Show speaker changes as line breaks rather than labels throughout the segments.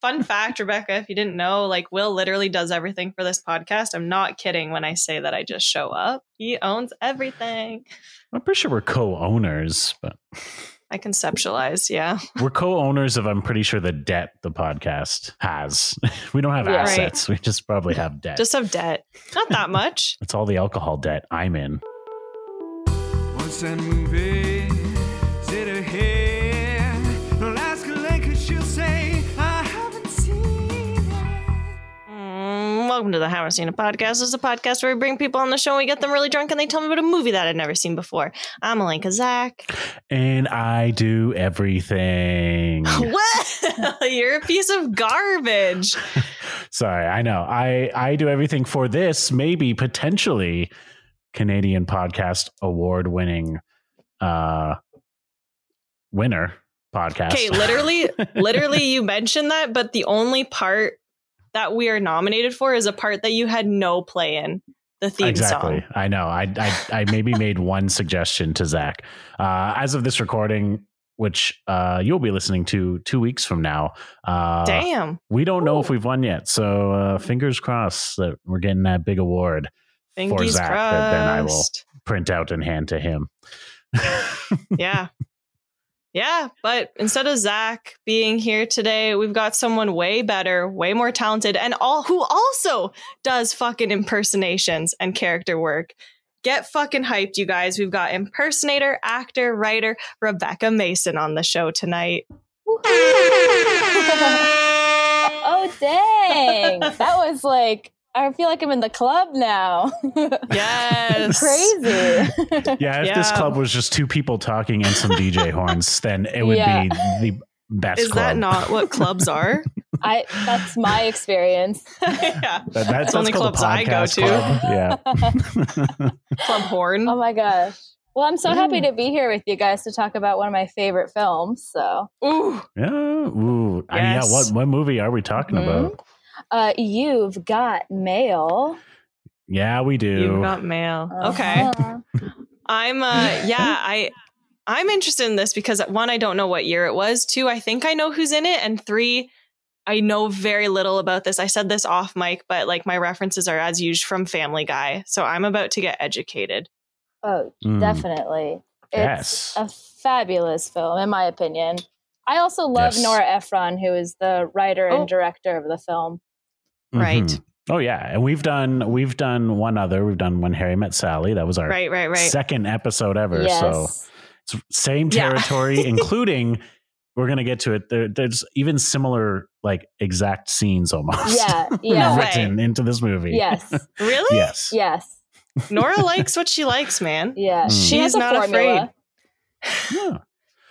Fun fact, Rebecca, if you didn't know, like Will literally does everything for this podcast. I'm not kidding when I say that I just show up. He owns everything.
I'm pretty sure we're co-owners, but
I conceptualize, yeah.
we're co-owners of I'm pretty sure the debt the podcast has. We don't have
Yeah. Right.
assets. We just probably have debt.
Just have debt. Not that much.
it's all the alcohol debt I'm in.
Once that movie did a hit. I'll ask Lenka, she'll say, I haven't seen it.
Mm, welcome to the Haven't Seen a Podcast. This is a podcast where we bring people on the show and we get them really drunk and they tell me about a movie that I'd never seen before. I'm Alinka Zach.
And I do everything.
Well, you're a piece of garbage.
Sorry, I know. I I do everything for this maybe potentially Canadian podcast award winning uh winner podcast.
Okay, literally, literally, you mentioned that, but the only part that we are nominated for is a part that you had no play in the theme
exactly.
song.
I know. I, I I maybe made one suggestion to Zach. Uh, as of this recording, which uh, you'll be listening to two weeks from now, uh,
Damn.
we don't know if we've won yet. So uh, fingers crossed that we're getting that big award. for
Fingers
Zach, that then I will-
crossed.
Print out and hand to him.
yeah. Yeah, but instead of Zach being here today, we've got someone way better, way more talented, and all who also does fucking impersonations and character work. Get fucking hyped, you guys. We've got impersonator, actor, writer Rebecca Mason on the show tonight.
Oh dang! that was like I feel like I'm in the club now.
Yes.
Crazy.
Yeah, if this
Yeah.
club was just two people talking and some DJ horns, then it would
Yeah.
be the best
Is
club.
that not what clubs are?
I that's my experience.
yeah.
That- that's,
It's only
that's called a
clubs I go
podcast
to.
club. Yeah.
Club Horn.
Oh my gosh. Well, I'm so happy
Mm.
to be here with you guys to talk about one of my favorite films. So,
Ooh.
Yeah. Ooh. I mean, yeah.
Yes. Hmm?
What, what movie are we talking
Mhm.
about?
uh, you've got mail.
Yeah, we do.
You've got mail. Okay.
Uh-huh.
I'm uh yeah, I I'm interested in this because one, I don't know what year it was. Two, I think I know who's in it. And three, I know very little about this. I said this off mic, but like my references are as usual from Family Guy. So I'm about to get educated.
Oh,
Mm.
definitely.
Yes.
It's a fabulous film, in my opinion. I also love
Yes.
Nora Ephron, who is the writer
Oh.
and director of the film.
Right.
Mhm. Oh yeah, and we've done we've done one other. We've done when Harry met Sally. That was our
Right, right, right.
second episode ever. So it's same
Yeah.
territory, including we're gonna get to it. There, there's even similar like exact scenes almost.
Yeah, yeah.
way.
written into this movie.
Yes.
really?
Yes.
Yes.
Nora likes what she likes, man.
Yeah.
Mm.
She has
She's
a
not
formula.
afraid.
Yeah.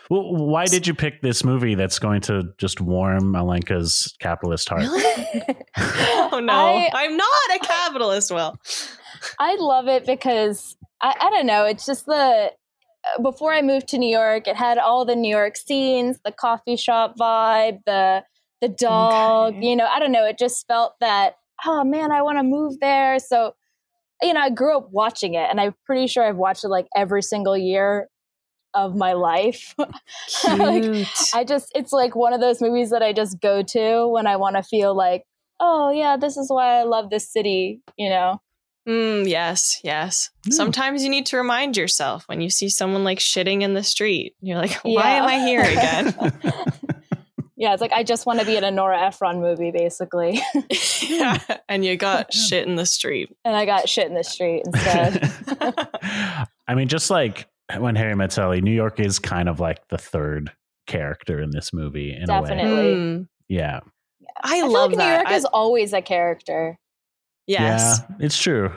Well, why did you pick this movie that's going to just warm Alenka's capitalist heart?
Oh no.
I-
I'm not a capitalist, Will.
I love it because I, I don't know. It's just the before I moved to New York, it had all the New York scenes, the coffee shop vibe, the the dog.
Okay.
You know, I don't know. It just felt that oh man, I want to move there. So you know, I grew up watching it, and I'm pretty sure I've watched it like every single year of my life. Like, I just it's like one of those movies that I just go to when I want to feel like, oh yeah, this is why I love this city, you know.
Mm, yes, yes.
Hmm.
Sometimes you need to remind yourself when you see someone like shitting in the street. You're like, why am
Yeah.
I here again?
Yeah, it's like I just want to be in a Nora Ephron movie basically.
yeah. And you got shit in the street.
and I got shit in the street instead.
I mean, just like when Harry met Sally, New York is kind of like the third character in this movie in a way.
Definitely.
Mm.
Yeah.
I,
I, feel
love
like
that.
New York
I-
is always a character.
yes.
Yeah, it's true.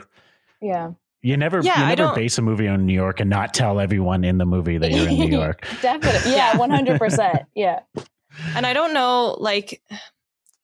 Yeah.
You never,
Yeah, I
you never
don't-
base a movie on New York and not tell everyone in the movie that you're in New York.
Definitely.
Yeah.
Yeah, 100%. Yeah.
And I don't know, like,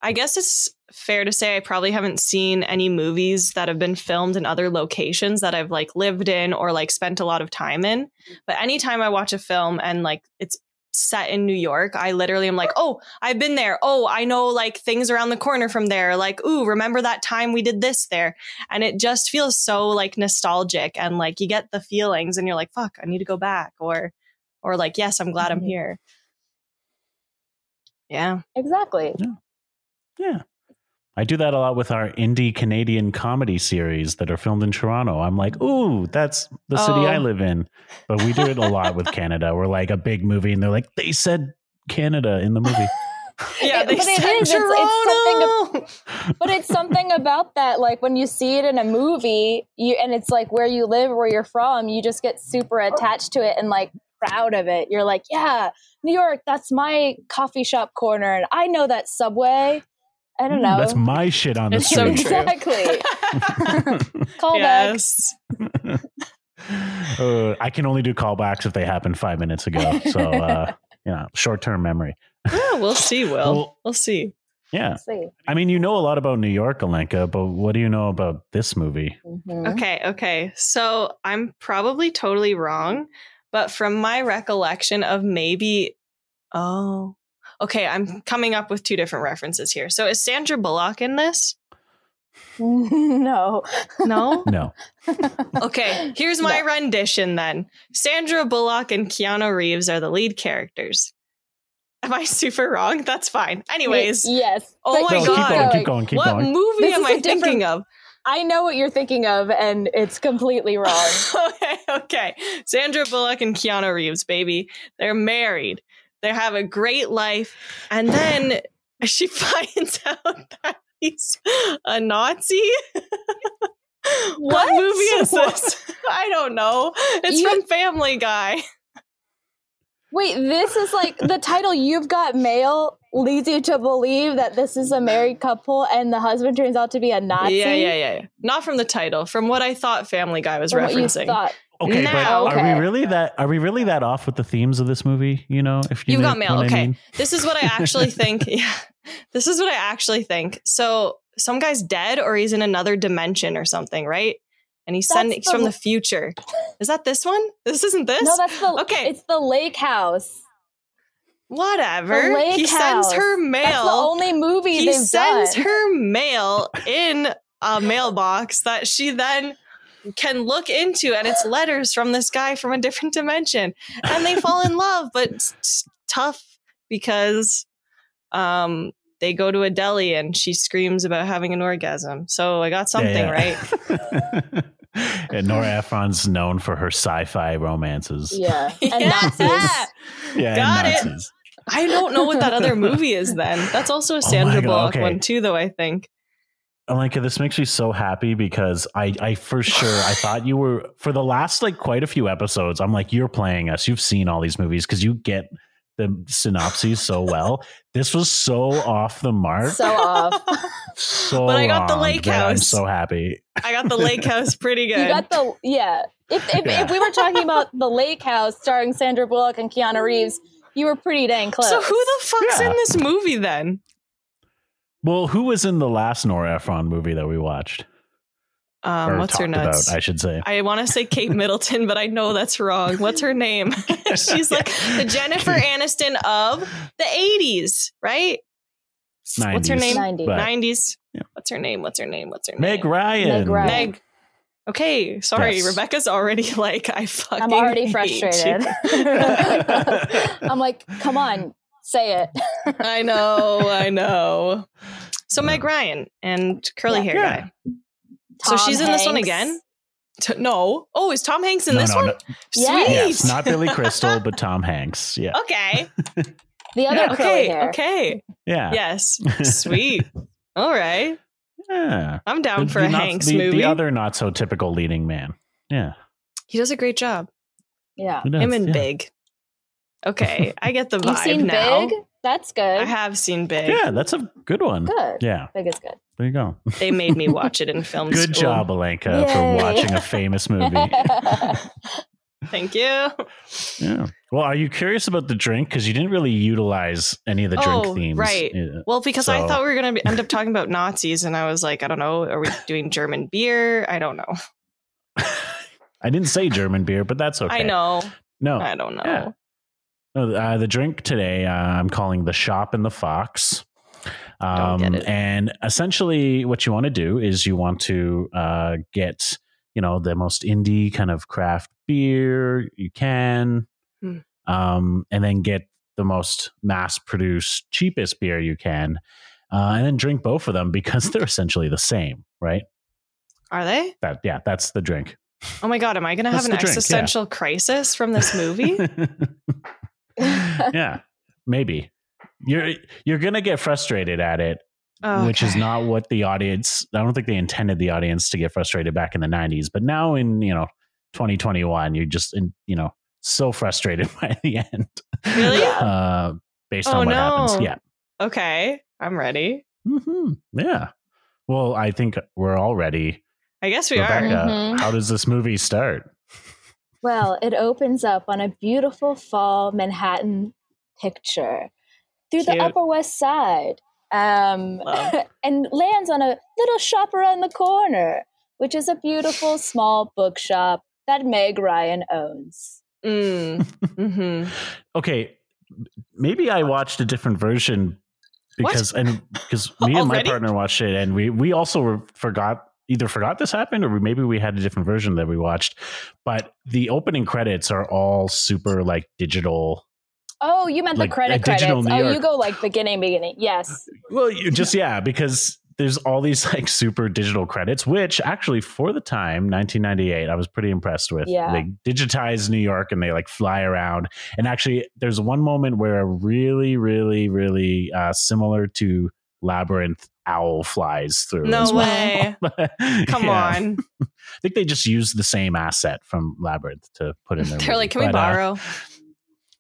I guess it's fair to say I probably haven't seen any movies that have been filmed in other locations that I've like lived in or like spent a lot of time in. But anytime I watch a film and like it's set in New York, I literally am like, oh, I've been there. Oh, I know like things around the corner from there. Like, ooh, remember that time we did this there? And it just feels so like nostalgic and like you get the feelings and you're like, fuck, I need to go back or, or like, yes, I'm glad I'm
Mhm.
here. Yeah.
Exactly.
Yeah. I do that a lot with our indie Canadian comedy series that are filmed in Toronto. I'm like, ooh, that's the city
Oh.
I live in. But we do it a lot with Canada. We're like a big movie, and they're like, they said Canada in the movie.
Yeah,
It-
they
but it
said
is, it's- it's
Toronto!
But it's something about that, like when you see it in a movie, you and it's like where you live, where you're from, you just get super attached to it and like proud of it. You're like, yeah, New York, that's my coffee shop corner, and I know that subway. I don't
"Ooh,
know.
Mm, That's my shit on the
It's so
street.
true.
exactly. Call back.
yes.
Uh, I can only do callbacks if they happened five minutes ago. So, uh, you know, short term memory.
Yeah, we'll see, Will.
Well-
we'll see.
Yeah.
See.
I mean, you know a lot about New York, Alenka, but what do you know about this movie?
Mhm.
Okay, okay. So I'm probably totally wrong, but from my recollection of maybe, oh, okay, I'm coming up with two different references here. So is Sandra Bullock in this?
no.
No?
No.
Okay, here's my
No.
rendition then Sandra Bullock and Keanu Reeves are the lead characters. Am I super wrong? That's fine. Anyways,
yes.
Oh
But
my
no,
God.
keep going, keep going, keep
what
going.
movie
This
am
is
I
a different-
thinking of?
I know what you're thinking of, and it's completely wrong.
okay, okay. Sandra Bullock and Keanu Reeves, baby. They're married. They have a great life. And then she finds out that he's a Nazi. what,
What?
movie is this? I don't know. It's
You-
from Family Guy.
Wait, this is like the title You've Got Mail leads you to believe that this is a married couple and the husband turns out to be a Nazi.
Yeah, yeah, yeah, yeah. Not from the title, from what I thought Family Guy was
From what you
referencing.
thought.
Okay,
Now-
but are
Okay.
we really that? Are we really that off with the themes of this movie? You know, if you
You've
know
got mail,
what I
okay.
mean?
This is what I actually think. Yeah. This is what I actually think. So some guy's dead or he's in another dimension or something, right? And he's
That's
sending he's
the-
from the future. Is that this one? This isn't this?
No, that's the
Okay.
It's the lake house.
Whatever.
The Lake
he sends
House.
her
That's the
mail.
only movie
He
they've
sends
done.
her mail in a mailbox that she then can look into and it's letters from this guy from a different dimension and they fall in love but it's s- tough because um they go to a deli and she screams about having an orgasm so i got something right
right. and Nora Ephron's known for her sci-fi romances.
Yeah. And
Yeah.
Nazis.
Yeah,
got
and
it
Nazis.
i don't know what that other movie is then that's also a
Oh my
sandra
God,
bullock
okay.
one too though i think
Alenka, this makes me so happy because I, I for sure, I thought you were for the last like quite a few episodes. I'm like, you're playing us. You've seen all these movies because you get the synopses so well. This was so off the mark.
So off.
So
But I got the
wrong
lake
that I'm
house.
so happy.
i got the lake house pretty good
You got the yeah. If if,
Yeah.
if we were talking about the lake house starring Sandra Bullock and Keanu Reeves, you were pretty dang close.
so who the fuck's
Yeah.
in this movie then
Well, who was in the last Nora Ephron movie that we watched?
um
Or
what's her
talked
nuts
About, I should say.
I want to say Kate Middleton, but I know that's wrong. What's her name? She's like the Jennifer Aniston of the 80s, right? What's her
90s,
name?
90s.
but-
90s.
Yeah.
What's her name? What's her name? What's her
Meg
name?
Ryan.
Meg Ryan.
Meg. Okay, sorry.
Yes.
Rebecca's already like, I fucking.
I'm already
hate you.
frustrated. I'm like, come on, say it.
I know, I know. So Meg Ryan and curly
Yeah.
hair
Yeah.
guy. So
Tom
she's in this one
Hanks.
again? T- no. Oh, is Tom Hanks in
No,
this
no,
one?
no.
Yes.
Sweet.
Yes, not Billy Crystal, but Tom Hanks. Yeah.
Okay.
The other
Yeah.
curly
Okay.
hair.
Okay.
Yeah.
Yes. Sweet. All right.
Yeah.
I'm down
The-
for
the
a
not-
Hanks
the,
movie.
The other not so typical leading man. Yeah.
he does a great job.
Yeah.
Who does?
Him and
yeah.
Big. Okay. I get the vibe
You've seen
now.
Big? That's good.
I have seen Big.
Yeah, that's a good one.
good.
Yeah.
Big is good.
There you go.
They made me watch it in film
Good
school.
job, Alenka, for
Yay.
watching a famous movie.
Thank you.
yeah. Well, are you curious about the drink? Because you didn't really utilize any of the
Oh,
drink themes.
right.
Yeah.
Well, because I
So-
thought we were going to end up talking about Nazis, and I was like, I don't know. Are we doing German beer? I don't know.
I didn't say German beer, but that's okay.
I know. Uh,
No.
I don't know.
Yeah. No, uh, the drink today uh, I'm calling the shop and the fox. Um,
Don't get it.
And essentially, what you want to do is you want to uh, get you know the most indie kind of craft beer you can,
Hmm.
um, and then get the most mass produced, cheapest beer you can. uh, and then drink both of them because they're essentially the same, right?
Are they?
That yeah, that's the drink.
Oh my god, am I going to have
That's
an
the drink, yeah.
existential crisis from this movie?
yeah, maybe you're you're gonna get frustrated at it,
Oh,
which is
okay.
not what the audience. I don't think they intended the audience to get frustrated back in the '90s, but now in you know 2021, you're just in, you know so frustrated by the end.
Really?
Uh, based
Oh,
on what happens,
no.
yeah.
okay. I'm ready.
hmm Yeah. Well, I think we're all ready.
I guess we
Rebecca,
are.
Mhm.
how does this movie start?
Well, it opens up on a beautiful fall Manhattan picture through
Cute.
the Upper West Side um,
Love.
and lands on a little shop around the corner, which is a beautiful small bookshop that Meg Ryan owns.
Mm. hmm
Okay, m- maybe I watched a different version
What?
because and because me and my
Already?
partner watched it and we we also were, forgot either forgot this happened or maybe we had a different version that we watched. But the opening credits are all super like digital.
Oh, you meant
Like, a
the credit credits.
digital New
oh,
York-
you go like beginning, beginning. Yes.
Well, you just yeah, because there's all these like super digital credits, which actually for the time 1998, I was pretty impressed with.
Yeah.
They digitize New York and they like fly around. And actually, there's one moment where a really, really, really uh, similar to Labyrinth owl flies through.
No
as well.
way. Come
Yeah.
on.
I think they just used the same asset from Labyrinth to put in there.
They're like, can we borrow?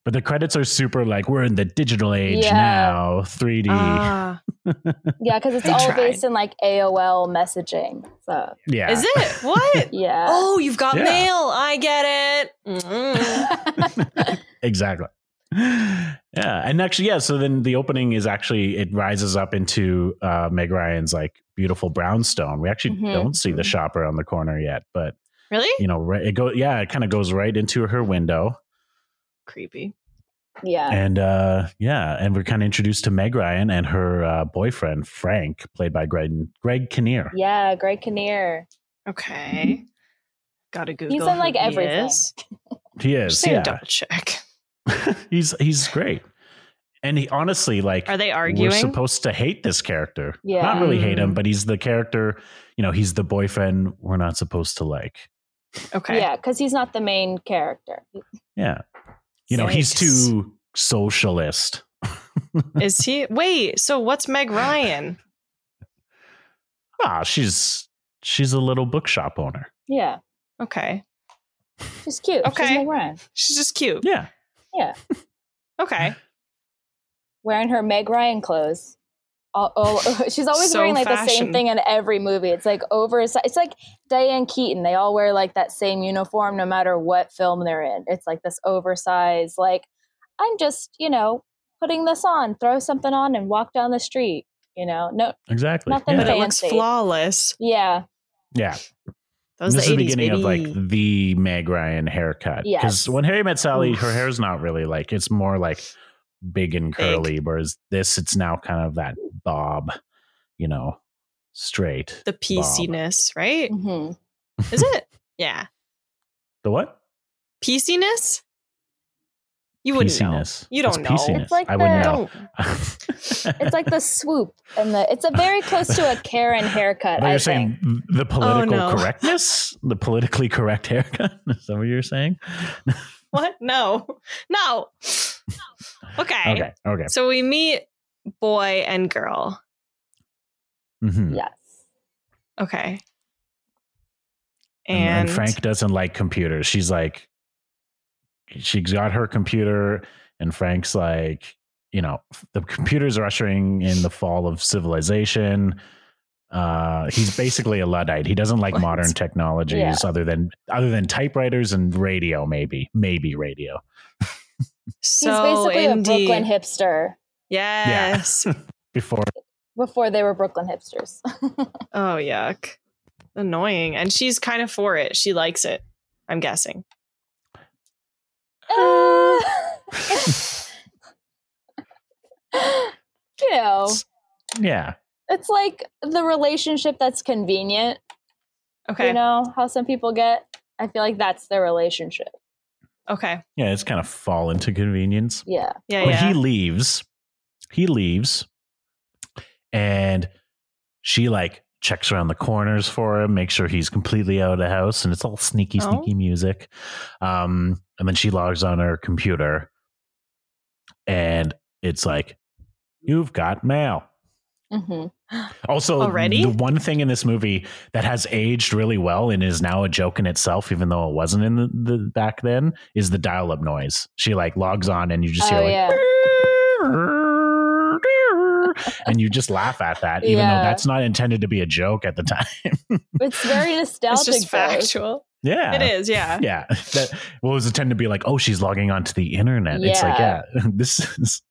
but the credits are super like we're in the digital age
Yeah.
now, 3D.
Ah.
Yeah, because it's
They
all
tried.
based in like AOL messaging. So,
yeah.
Is it? What?
yeah.
Oh, you've got
Yeah.
mail. I get it. Mm.
exactly yeah and actually yeah so then the opening is actually it rises up into uh meg ryan's like beautiful brownstone we actually
Mhm.
don't see the shop around the corner yet but
Really?
you know right, it go yeah it kind of goes right into her window
Creepy.
yeah.
and uh yeah and we're kind of introduced to meg ryan and her uh, boyfriend frank played by greg greg kinnear
Yeah, Greg Kinnear.
Okay. Mm-hmm. Gotta Google.
in, like,
who he
everything.
is.
he is
Just gonna
yeah
double check.
he's he's great and he honestly like
Are they arguing?
We're supposed to hate this character.
Yeah.
Not really hate him,
Mm.
but he's the character, you know, he's the boyfriend we're not supposed to like.
okay.
Yeah, because he's not the main character.
Yeah. You know, he's
Yikes.
too socialist.
Is he? Wait. So what's Meg Ryan?
Ah, she's she's a little bookshop owner.
Yeah,
Okay.
she's cute. She's
Okay.
Meg Ryan.
She's just cute.
Yeah.
Okay.
Wearing her Meg Ryan clothes. All, all, she's always
So
wearing like the
fashion.
same thing in every movie. It's like oversized. It's like Diane Keaton. They all wear like that same uniform no matter what film they're in. It's like this oversized, like, I'm just, you know, putting this on, throw something on and walk down the street. You know, no,
Exactly.
Nothing
But
yeah.
it looks
Fancy.
flawless.
yeah,
yeah.
That was
this
the
is the
80s,
beginning of
baby.
like the Meg Ryan haircut. Because
Yes.
when Harry met Sally, her
Oof.
hair's not really like it's more like big
Big.
and curly, whereas this it's now kind of that bob, you know, straight.
the PC-ness, right?
hmm
Is it? Yeah.
The what?
PC-ness? You wouldn't
Pieciness.
You don't know.
It's pieciness.
It's like
I wouldn't
know.
the-
know.
Don't.
it's like the swoop and the. It's a very close to a Karen haircut.
But
I
you're
think. Oh,
saying the political
no.
correctness, the politically correct haircut. Is that what you're saying?
What? No. No. Okay.
Okay. Okay.
So we meet boy and girl.
Mhm.
Yes.
Okay.
And, then
And,
Frank doesn't like computers. She's like, she's got her computer, and Frank's like, you know, the computers are ushering in the fall of civilization. Uh, he's basically a luddite. He doesn't like
What?
modern technologies
Yeah.
other than other than typewriters and radio, maybe, maybe radio.
He's
so
basically
indie.
a Brooklyn hipster
Yes.
Before
before they were Brooklyn hipsters.
oh yuck. Annoying. And she's kind of for it. She likes it. I'm guessing.
you know,
Yeah.
it's like the relationship that's convenient.
Okay.
You know how some people get. I feel like that's their relationship.
Okay.
Yeah, it's kind of fall into convenience.
Yeah.
Yeah.
But
yeah.
he leaves. He leaves. and she like checks around the corners for him, makes sure he's completely out of the house, and it's all sneaky,
Oh.
sneaky music. Um, and then she logs on her computer, and it's like, "You've got mail."
Mm-hmm.
hmm
Also,
Already?
the one thing in this movie that has aged really well and is now a joke in itself, even though it wasn't in the, the back then, is the dial-up noise. She like logs on, and you just hear
Oh,
like,
yeah.
and you just laugh at that, even
Yeah.
though that's not intended to be a joke at the time.
It's very nostalgic.
it's just
though.
factual.
yeah,
It is, yeah.
Yeah, that well, it was intended to be like, oh, she's logging onto the internet. It's like, yeah,
Yeah.
this is.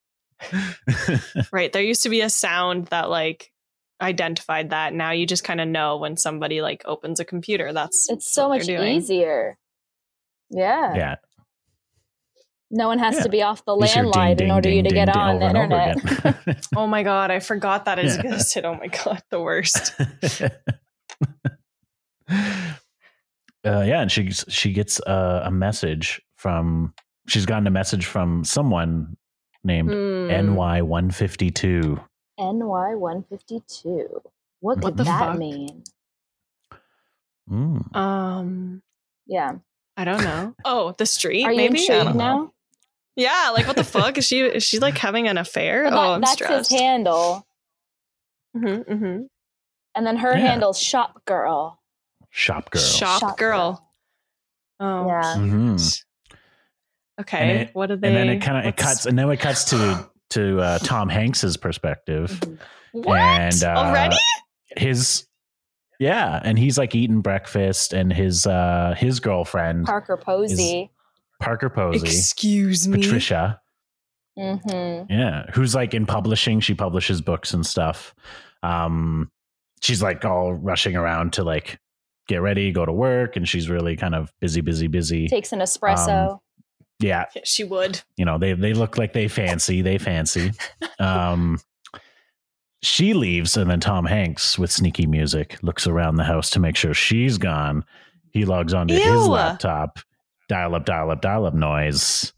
Right. There used to be a sound that like identified that. Now you just kind of know when somebody like opens a computer. That's
It's so
what
much
they're doing.
easier. Yeah.
yeah,
No one has
Yeah.
to be off the
You just hear
landline
ding,
in order
ding,
you to
ding,
get
ding
on
over
the
and over
internet.
again.
Oh my god, I forgot that
Yeah.
existed. Oh my god, the worst.
Uh, yeah, and she she gets uh, a, a message from she's gotten a message from someone named
Hmm.
NY one fifty two.
NY one fifty two. What
What
could
the
that
fuck?
mean?
Mm,
Um,
Yeah.
I don't know. Oh, the street.
Are you
maybe I
intrigued
don't know.
now?
Yeah, like what the fuck is she? Is she like having an affair?
But
oh,
that-
I'm
that's
stressed.
his handle.
Mhm, mhm.
And then her
Yeah.
handle's shop girl.
Shop girl.
Shop,
Shop
girl. Oh,
Yeah.
Mhm.
cute. okay.
Hmm. And it-
what are they?
and then it kind of it
what's-
cuts, and then it cuts to to uh, Tom Hanks's perspective.
What?
And, uh,
Already?
His yeah, and he's like eating breakfast, and his uh, his girlfriend
Parker Posey.
Parker Posey,
Excuse me.
Patricia.
hmm
Yeah, who's like in publishing? She publishes books and stuff. Um, she's like all rushing around to like get ready, go to work, and she's really kind of busy, busy, busy.
Takes an espresso.
Yeah,
Yeah, She would.
you know they they look like they fancy, they fancy. Um, she leaves, and then Tom Hanks with sneaky music looks around the house to make sure she's gone. He logs onto his
Ew.
laptop, dial up, dial up, dial up noise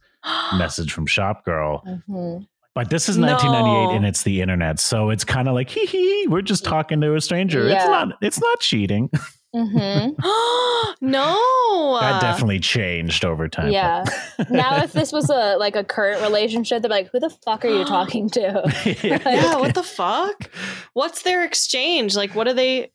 message from Shop Girl.
Mhm.
But this is
No.
1998 and it's the internet. So it's kind of like, hee hee, we're just talking to a stranger. It's
Yeah.
not it's not cheating.
Mhm.
no.
that definitely changed over time.
Yeah. now, if this was a like a current relationship, they'd be like, "Who the fuck are you talking to?"
Yeah. What the fuck? What's their exchange? Like, what are they?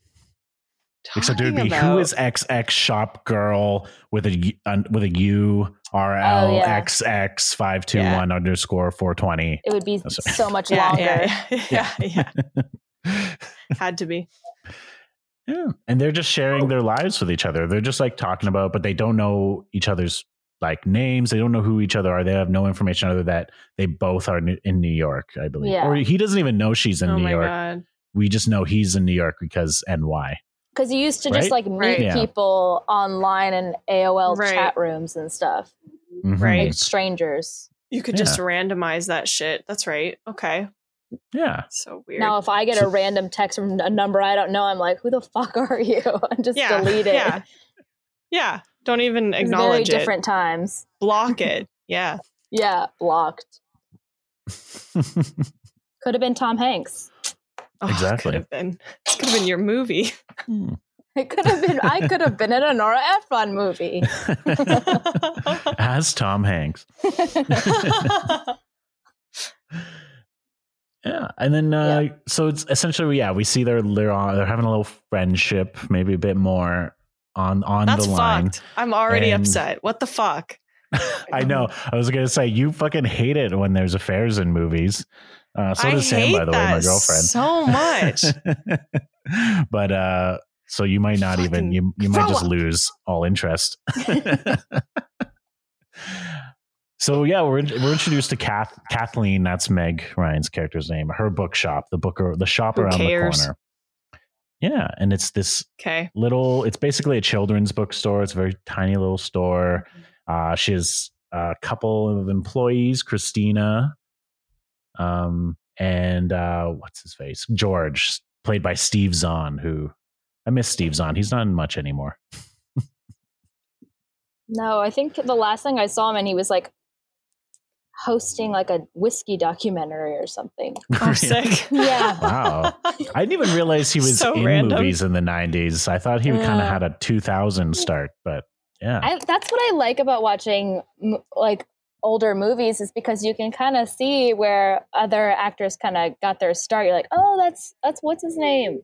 Except it would be
talking
who
about?
is XX shop girl with a y- un- with a U R
Oh,
L
yeah.
X X five two one underscore four twenty.
It would be
That's right.
so much
Yeah,
longer.
yeah, yeah, yeah, yeah. Had to be.
Yeah. And they're just sharing their lives with each other. They're just like talking about, but they don't know each other's like names. They don't know who each other are. They have no information other that they both are n- in New York, I believe.
Yeah.
Or he doesn't even know she's in
oh
New
my
York.
god.
We just know he's in New York because NY.
Because you used to
Right?
just like meet
Right.
Yeah.
people online in AOL
Right.
chat rooms and stuff,
Mhm.
Right.
like strangers.
You could just randomize that shit. That's right. Okay.
Yeah.
So weird.
Now, if I get
So-
a random text from a number I don't know, I'm like, "Who the fuck are you?" And just
yeah.
delete it.
Yeah. Yeah. Don't even
It's very
acknowledge it.
different times.
Block it. Yeah.
Yeah, blocked. Could have been Tom Hanks.
Oh,
Exactly.
Could have been. It could have been your movie.
Hmm.
It could have been. I could have been in a Nora Ephron movie.
As Tom Hanks. Yeah, and then uh, so it's essentially yeah we see they're they're, on, they're having a little friendship, maybe a bit more on on
That's
the line.
fucked. I'm already
And-
upset. What the fuck?
I know. I was gonna say you fucking hate it when there's affairs in movies. Uh, so
I
does Sam,
hate
by the way, my
that
girlfriend.
So much.
but uh, so you might not even
Fucking
you you might
grow
just
up.
lose all interest. so yeah, we're in- we're introduced to Kath Kathleen. That's Meg Ryan's character's name. Her bookshop, the book or the shop
Who
around
cares?
the corner. Yeah, and it's this
okay.
little it's basically a children's bookstore it's a very tiny little store uh, she has a couple of employees christina um, and uh, what's his face george played by steve zahn who i miss steve zahn he's not in much anymore
No, I think the last thing I saw him and he was like hosting like a whiskey documentary or something.
Oh, sick.
Yeah.
wow. I didn't even realize he was
So
in
random.
movies in the 90s. I thought he kind of
Yeah.
had a 2000 start, but yeah.
I, that's what I like about watching m- like older movies is because you can kind of see where other actors kind of got their start. You're like, oh, that's that's what's his name?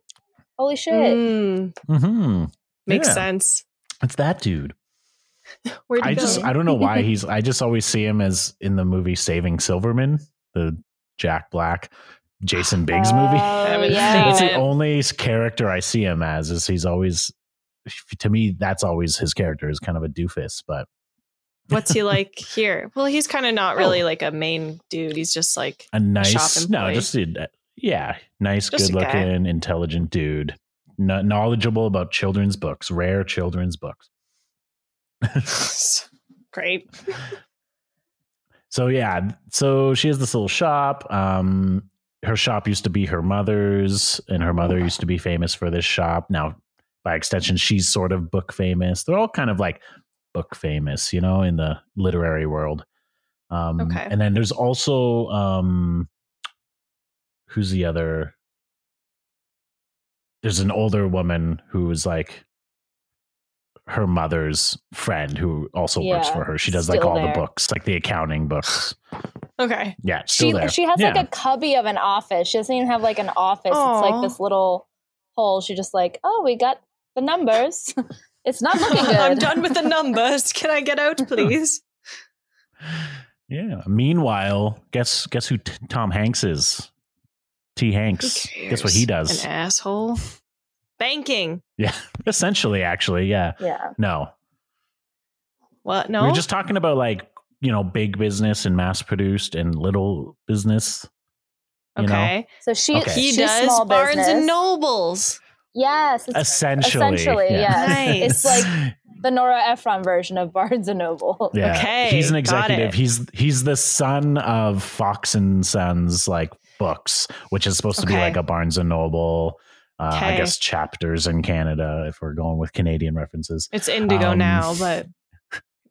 Holy shit!
Mm,
hmm
makes
Yeah.
sense.
It's that dude.
Where'd you
I
go?
just, I don't know why he's, I just always see him as in the movie Saving Silverman, the Jack Black, Jason Biggs movie.
Oh,
haven't
yeah.
That's
seen
the
it.
only character I see him as, is he's always, to me, that's always his character is kind of a doofus, but
What's he like here? Well, he's kind of not
Oh.
really like a main dude. He's just like
a nice
shop
no
employee.
just a, yeah nice
Just
good
a guy.
looking intelligent dude kn- knowledgeable about children's books rare children's books
great.
so yeah so she has this little shop um her shop used to be her mother's and her mother used to be famous for this shop now by extension she's sort of book famous they're all kind of like book famous you know in the literary world um
Okay.
and then there's also um who's the other there's an older woman who is like her mother's friend who also works
Yeah,
for her she does like
still
all the
there.
books like the accounting books
Okay.
yeah still
She
there
she has
yeah.
like a cubby of an office. She doesn't even have like an office. It's
Aw.
like this little hole. She just like, oh, we got the numbers. it's not looking good.
I'm done with the numbers. Can I get out, please?
yeah meanwhile guess guess who t- tom hanks is t
Who
hanks guess
cares?
what he does
An asshole. Banking.
yeah essentially actually yeah
Yeah.
no
What?
We
No.
were just talking about like, you know, big business and mass produced and little business. You know,
okay.
So she
Okay.
He
she's
does
small
Barnes and
business.
Nobles.
Yes. It's
essentially.
Essentially,
yes. Nice.
It's like- the Nora Ephron version of Barnes and Noble.
yeah.
Okay,
He's an
got
executive.
it.
He's he's the son of Fox and Sons like books, which is supposed to be
Okay.
like a Barnes and Noble, uh, I
Okay.
guess chapters in Canada if we're going with Canadian references.
It's Indigo
Um,
now, but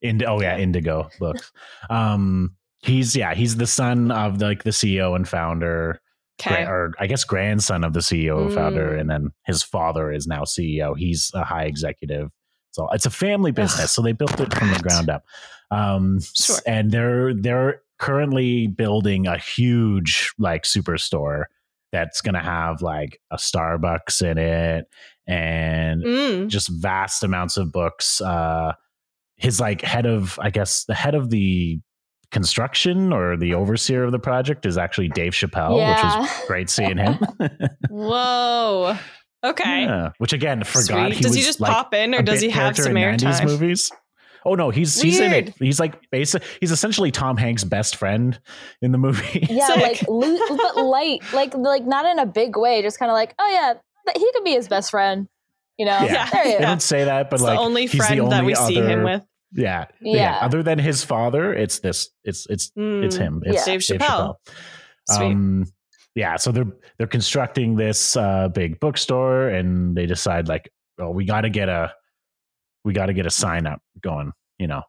Ind- oh yeah, Indigo books. Um he's yeah, he's the son of like the CEO and founder
okay.
gra- or I guess grandson of the CEO
Mm.
founder, and then his father is now CEO. He's a high executive. So it's a family business, so they built it from the
Right.
ground up. Um, s-
Sure.
and they're they're currently building a huge like superstore that's going to have like a Starbucks in it and
Mm.
just vast amounts of books. Uh, his like head of, I guess, the head of the construction or the
Uh-huh.
overseer of the project is actually Dave Chappelle, Oh, which was great seeing him.
Whoa. Okay.
Yeah. Which again, forgot
Sweet.
he
does
was
he just
like
pop in, or
a
does
bit
he have
character
some
in 90s
airtime?
movies. Oh no, he's he's in it.
Weird.
He's like basic. He's essentially Tom Hanks' best friend in the movie.
Yeah,
Sick.
like lo- but light, like like not in a big way. Just kind of like, oh yeah, th- he could be his best friend. You know,
Yeah.
there you
They
go.
didn't say that, but
It's
like
the only
he's
friend
the only
that we see him
other-
with.
Yeah, yeah,
Yeah.
Other than his father, it's this. It's it's it's
Mm.
him. It's
Yeah. Dave Chappelle. Sweet.
Um, yeah, so they're they're constructing this uh, big bookstore, and they decide like, oh, we got to get a we got to get a sign up going, you know.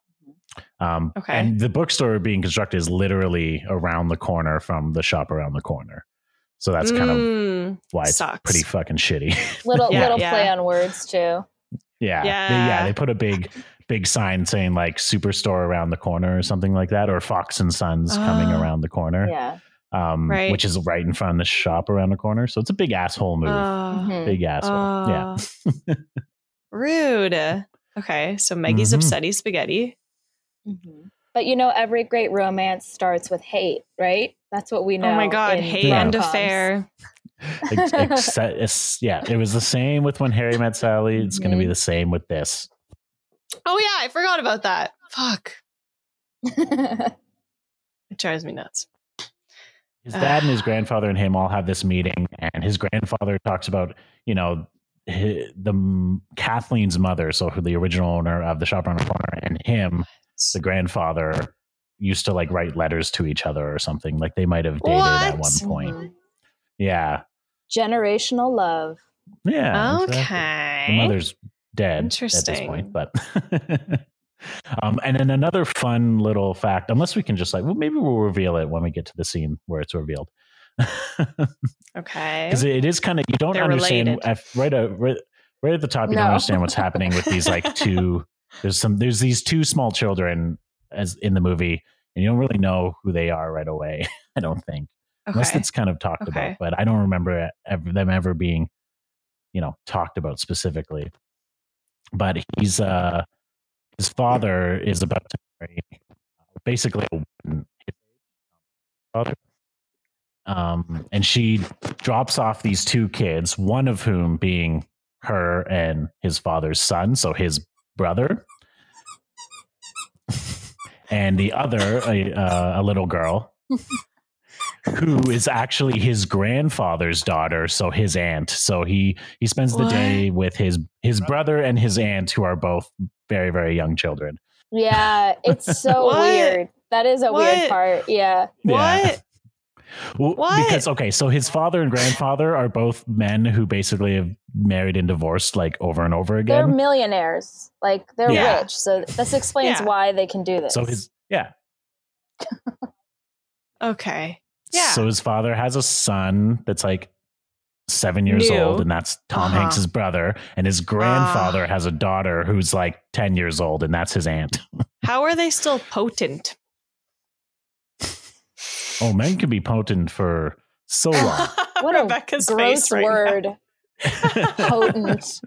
Um,
Okay.
And the bookstore being constructed is literally around the corner from the shop around the corner, so that's kind of
Mm.
why it's
sucks.
pretty fucking shitty.
Little
Yeah,
little
yeah.
play on words too.
yeah, They, yeah.
Yeah.
They put a big big sign saying like "Superstore around the corner" or something like that, or "Fox and Sons coming
Ah.
around the corner."
Yeah,
um,
Right.
which is right in front of the shop around the corner. So it's a big asshole move.
Uh,
Mhm.
big asshole. yeah.
uh, rude. Okay, so Maggie's
Mhm.
upsetty spaghetti. mm-hmm.
Mhm. But you know, every great romance starts with hate, right? That's what we know.
oh my god,
in
hate and
rom-coms.
affair.
Ex- exce- es- yeah. It was the same with when Harry met Sally. It's going to
Mm-hmm.
be the same with this.
Oh yeah, I forgot about that. Fuck, it drives me nuts.
His dad and his grandfather and him all have this meeting, and his grandfather talks about, you know, hi the m- Kathleen's mother, so the original owner of the shop around the corner, and him, the grandfather, used to like write letters to each other or something. Like they might have dated at
What?
one point.
Mhm.
Yeah,
Generational love.
yeah. uh, exactly.
okay.
the mother's dead at this
Eh? Interesting.
point, but Um, and then another fun little fact, unless we can just like, well, maybe we'll reveal it when we get to the scene where it's revealed.
Okay.
Because it is kind of, you don't
Eh? They're
understand
related.
at, right, uh, right, right at the top, you
No.
don't understand what's happening with these like two, there's some, there's these two small children as in the movie, and you don't really know who they are right away, I don't think. Unless
Okay.
it's kind of talked
Okay.
about, but I don't remember it- ever, them ever being, you know, talked about specifically. But he's uh, his father is about to marry uh, basically a woman, his father, um, and she drops off these two kids, one of whom being her and his father's son, so his brother, and the other a, uh, a little girl who is actually his grandfather's daughter, so his aunt. So he he spends the
What?
day with his his brother and his aunt, who are both very very young children.
Yeah, it's so
What?
weird. That is a
What?
weird part. Yeah.
Yeah.
What?
Well,
What?
Because okay, so his father and grandfather are both men who basically have married and divorced like over and over
They're
again.
millionaires. Like they're
Yeah.
rich. So this explains
Yeah.
why they can do this.
So his yeah.
Okay. Yeah.
So his father has a son that's like seven years
New.
old, and that's Tom
Uh-huh.
Hanks's brother. And his grandfather has a daughter who's like ten years old, and that's his aunt.
How are they still potent?
Oh, men can be potent for so long.
What a
Rebecca's
gross
face right now.
word. Potent.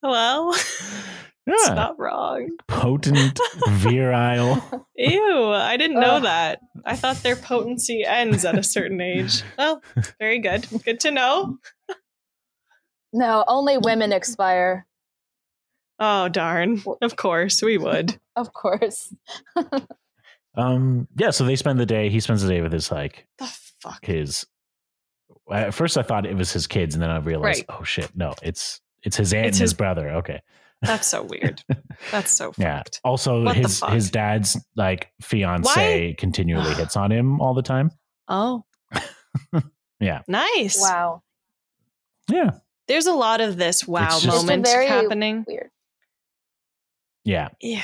Well, it's
yeah,
not wrong.
potent, virile.
Ew, I didn't know
Ugh.
that. I thought their potency ends at a certain age. Well, very good. Good to know.
No, only women expire.
Oh, darn. Of course, we would.
Of course.
Um, yeah. So they spend the day. He spends the day with his like
The fuck?
his at first i thought it was his kids and then i realized oh shit no it's it's his aunt
It's
and his,
his-
brother okay
That's so weird. That's so
yeah
fucked.
also
What the
his
fuck?
his dad's like fiance continually hits on him all the time
Oh.
Yeah.
Nice.
Wow.
yeah
There's a lot of this wow
just- It's a
moment
very-
happening.
Weird.
yeah
Yeah.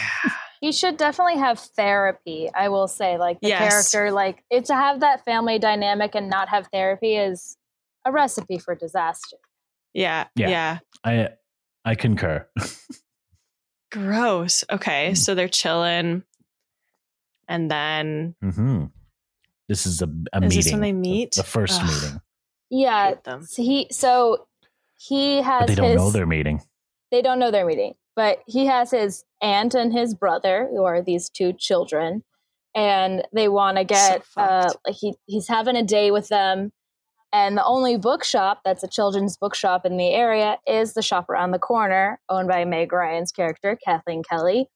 He should definitely have therapy, I will say. Like the
Yes.
character, like it to have that family dynamic and not have therapy is a recipe for disaster.
Yeah.
Yeah.
Yeah.
i i concur
Gross.
Mm.
Okay. So they're chilling. And then
hmm this is a, a
Is
meeting
this when they meet?
the, the first
Ugh.
meeting
Yeah.
hate them.
So he so he has
but they don't
his
know their meeting
they don't know their meeting, but he has his aunt and his brother, who are these two children, and they want to get uh,
fucked.
like he he's having a day with them, and the only bookshop that's a children's bookshop in the area is the shop around the corner, owned by Meg Ryan's character Kathleen Kelly.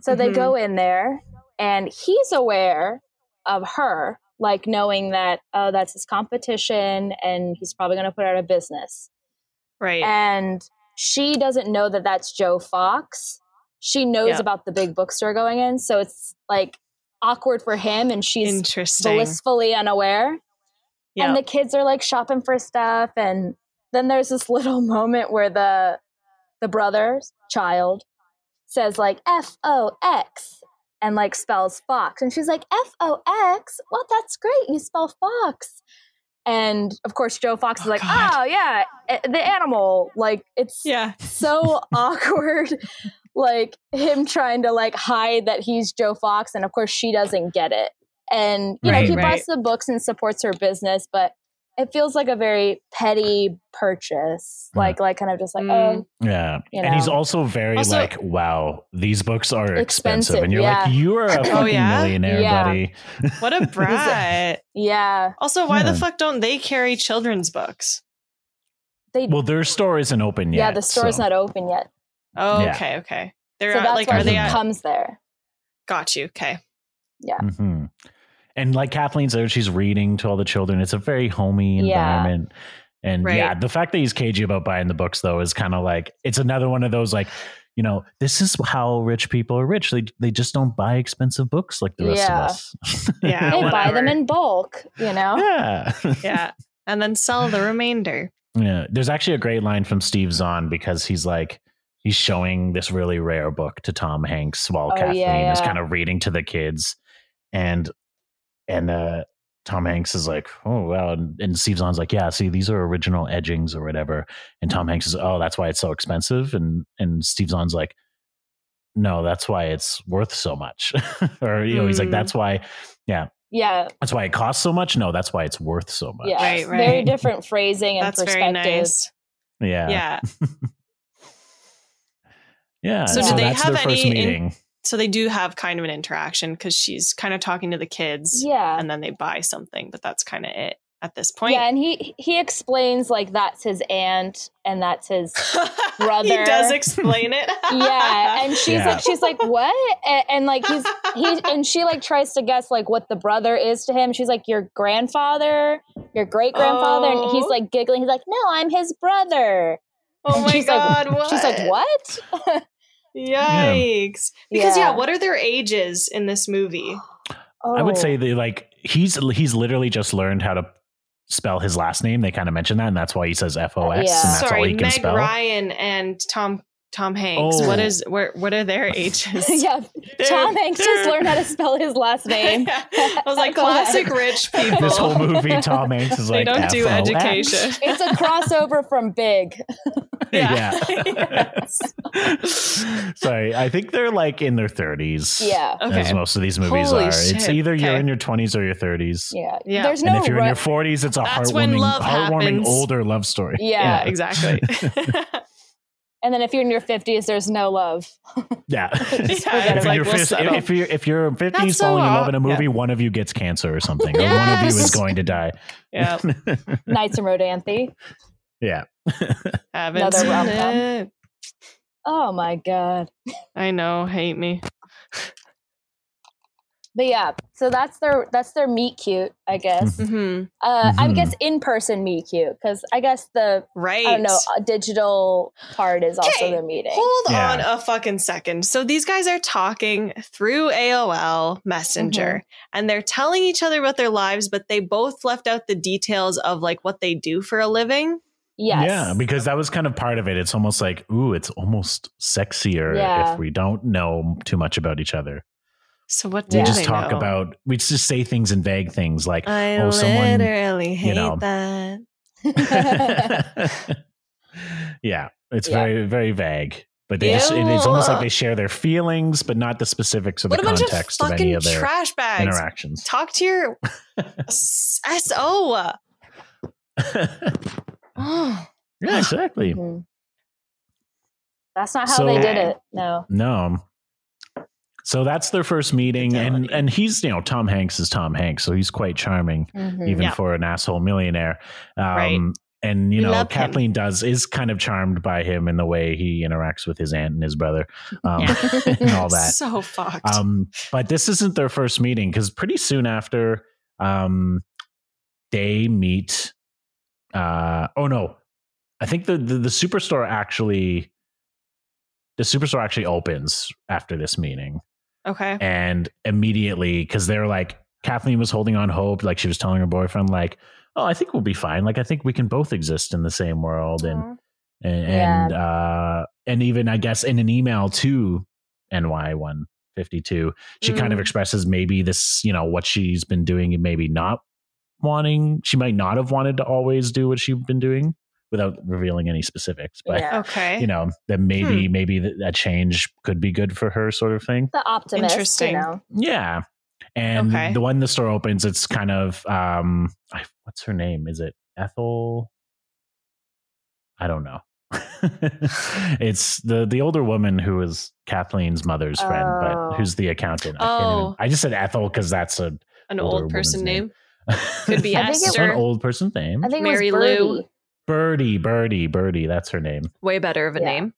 So they
Mhm.
go in there, and he's aware of her, like knowing that oh, that's his competition, and he's probably going to put her out of business
Right.
and she doesn't know that that's Joe Fox. She knows
Yeah.
about the big bookstore going in, so it's like awkward for him, and she's
Interesting.
blissfully unaware.
Yeah.
And the kids are like shopping for stuff, and then there's this little moment where the the brother's child says like F O X and like spells fox, and she's like F O X. Well, that's great. You spell fox. And of course, Joe Fox is
Oh,
like,
God.
oh yeah, a- the animal. Like it's
yeah.
so awkward like him trying to like hide that he's joe fox and of course she doesn't get it and you
Right.
know he
Right.
buys the books and supports her business but it feels like a very petty purchase like like kind of just like
Mm.
oh
yeah
You
and he's
know.
also very
Also-
like wow these books are expensive,
Expensive,
and you're
yeah.
like you are a fucking
Oh, yeah?
millionaire
Yeah.
buddy
What a brat.
yeah
Also, why
Yeah.
the fuck don't they carry children's books?
they
well their store isn't open yet
yeah the store's
so-
not open yet
Oh,
Yeah.
okay, okay.
so
They're at,
that's
like,
why
are
he
they at?
comes there
Got you. Okay.
hmm And like Kathleen's there, she's reading to all the children. It's a very homey
Yeah.
environment. And
Right.
yeah, the fact that he's cagey about buying the books though is kind of like it's another one of those like, you know, this is how rich people are rich. They they just don't buy expensive books like the rest
Yeah.
of us.
Yeah.
they buy
whatever.
them in bulk you know
yeah.
Yeah. and then sell the remainder.
Yeah. There's actually a great line from Steve Zahn because he's like, he's showing this really rare book to Tom Hanks while
Oh, yeah,
Kathleen is
yeah.
kind of reading to the kids, and and uh, Tom Hanks is like, oh wow, and, and Steve Zahn's like, yeah, see, these are original edgings or whatever, and Tom Hanks is, oh, that's why it's so expensive, and and Steve Zahn's like. No, that's why it's worth so much. or you know, he's
Hmm.
like,
Mm.
that's why,
Yeah,
that's why it costs so much. No, that's why it's worth so much.
yeah,
Right,
very
right.
different phrasing and
That's very
perspective.
nice.
yeah,
Yeah.
Yeah,
So
do
they
that's their
have any
first
in-
meeting.
So they do have kind of an interaction because she's kind of talking to the kids
Yeah,
and then they buy something, but that's kind of it at this point.
yeah, and he he explains like that's his aunt and that's his
he
Brother.
does explain it.
yeah, and she's
Yeah.
like she's like what and, and like he's he and she like tries to guess like what the brother is to him. She's like your grandfather, your great grandfather, and he's
Oh.
like giggling. He's like, no, I'm his brother.
oh my
she's like-
god, what?
She's like, what?
Yikes! Because yeah.
Yeah.
what are their ages in this movie?
Oh.
I would say that like he's he's literally just learned how to spell his last name. They kind of mentioned that, and that's why he says FOS, and
Yeah.
that's all
Sorry,
he can
Meg
spell.
Ryan and Tom Tom Hanks.
Oh.
What is where? What are their ages?
yeah,
They're-
Tom Hanks just
they're-
learned how to spell his last name.
I was like, classic rich people.
This whole movie, Tom Hanks is
they
like,
don't do
FOX.
education.
It's a crossover from Big.
Yeah.
Yes.
Sorry, I think they're like in their thirties.
Yeah.
as
Okay.
most of these movies
Holy
are. It's
shit.
either you're
Okay.
in your twenties or your thirties.
Yeah.
Yeah.
There's
And
no
if you're in
ru-
your forties, it's a
That's when
heartwarming,
love
heartwarming
happens.
older love story.
Yeah,
Yeah.
exactly.
and then if you're in your 50s there's no love.
Yeah.
forget
if,
it. Like,
you're
we'll
fis-
settle.
if you're if you're in fifties
That's so
falling in love
odd.
in a movie,
Yeah.
one of you gets cancer or something, or one of you is
Yes.
going to die.
yeah.
Knights and Rodanthe.
yeah.
Haven't
Another
seen
rom-com.
it.
Oh my god.
I know. Hate me.
But yeah, so that's their that's their meet cute, I
Mm-hmm.
guess.
hmm
Uh, I
Mhm.
guess in person meet cute because I guess the
Right.
I don't know uh, digital part is also
Okay.
the meeting.
Hold
Yeah.
on a fucking second. So these guys are talking through AOL Messenger and they're telling each other about their lives, but they both left out the details of like what they do for a living.
Yes.
Yeah, because that was kind of part of it. It's almost like, ooh, it's almost sexier
Yeah.
if we don't know too much about each other.
So what
We
do
just
they
talk
know?
about we just say things and vague things like
I
oh someone
literally hate
know.
that.
Yeah. It's
Yeah.
very, very vague. But they just, it- it's almost like they share their feelings, but not the specifics of
What a
the
bunch of
context of any
fucking
of their
trash bags.
interactions.
Talk to your S- SO. Oh.
yeah, exactly.
Mhm. That's not how
So-
they did it. No.
No. So that's their first meeting, and
Fidelity.
and he's you know Tom Hanks is Tom Hanks, so he's quite charming
Mhm.
even
Mm, Yeah.
for an asshole millionaire. Um,
Right.
And you
We
know
love him.
Kathleen does is kind of charmed by him in the way he interacts with his aunt and his brother, um,
Mm-hmm.
and all that.
So fucked.
Um, but this isn't their first meeting because pretty soon after, um, they meet. Uh, oh no, I think the, the the superstore actually, the superstore actually opens after this meeting,
okay.
and immediately because they're like Kathleen was holding on hope, like she was telling her boyfriend, like, oh, I think we'll be fine. Like I think we can both exist in the same world, and
Aw.
and
Yeah.
and, uh, and even I guess in an email to NY one fifty two, she kind of
Mm-hmm.
Mm.
expresses maybe this, you know, what she's been doing and maybe not wanting. She might not have wanted to always do what she'd been doing without revealing any specifics, but
Yeah. Hmm.
Okay.
you know that maybe maybe th- a change could be good for her, sort of thing.
The optimist.
Interesting.
You know.
Yeah. And
Okay.
the one the store opens, it's kind of um, I- what's her name? Is it Ethel? I don't know. it's the the older woman who is Kathleen's mother's friend,
Oh.
but who's the accountant. I,
Oh.
even, I just said Ethel because that's a
An
older
old person
woman's
name.
name.
Could be
I think it-
Is there
Esther.
an old person's name.
I think
Mary
it was
Lou.
Birdie.
Birdie, Birdie, Birdie. That's her name.
Way better of a
Yeah.
name.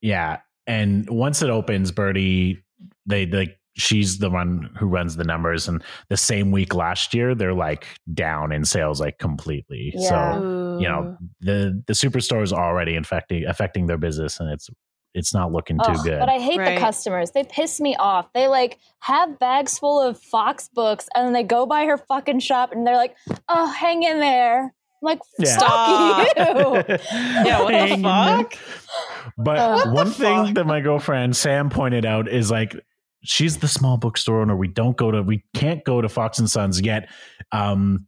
Yeah. And once it opens, Birdie, they like she's the one who runs the numbers. And the same week last year, they're like down in sales like completely.
Yeah.
So you know, the the superstore is already infecting affecting their business and it's it's not looking too
Ugh,
good.
But I hate
Right.
the customers. They piss me off. They like have bags full of Fox books and then they go by her fucking shop and they're like, oh, hang in there. I'm like,
Yeah.
fuck you.
yeah, what the
Hang in there.
fuck?
But
Oh, what
one
the
thing
fuck?
that my girlfriend Sam pointed out is like she's the small bookstore owner. We don't go to we can't go to Fox and Sons yet. Um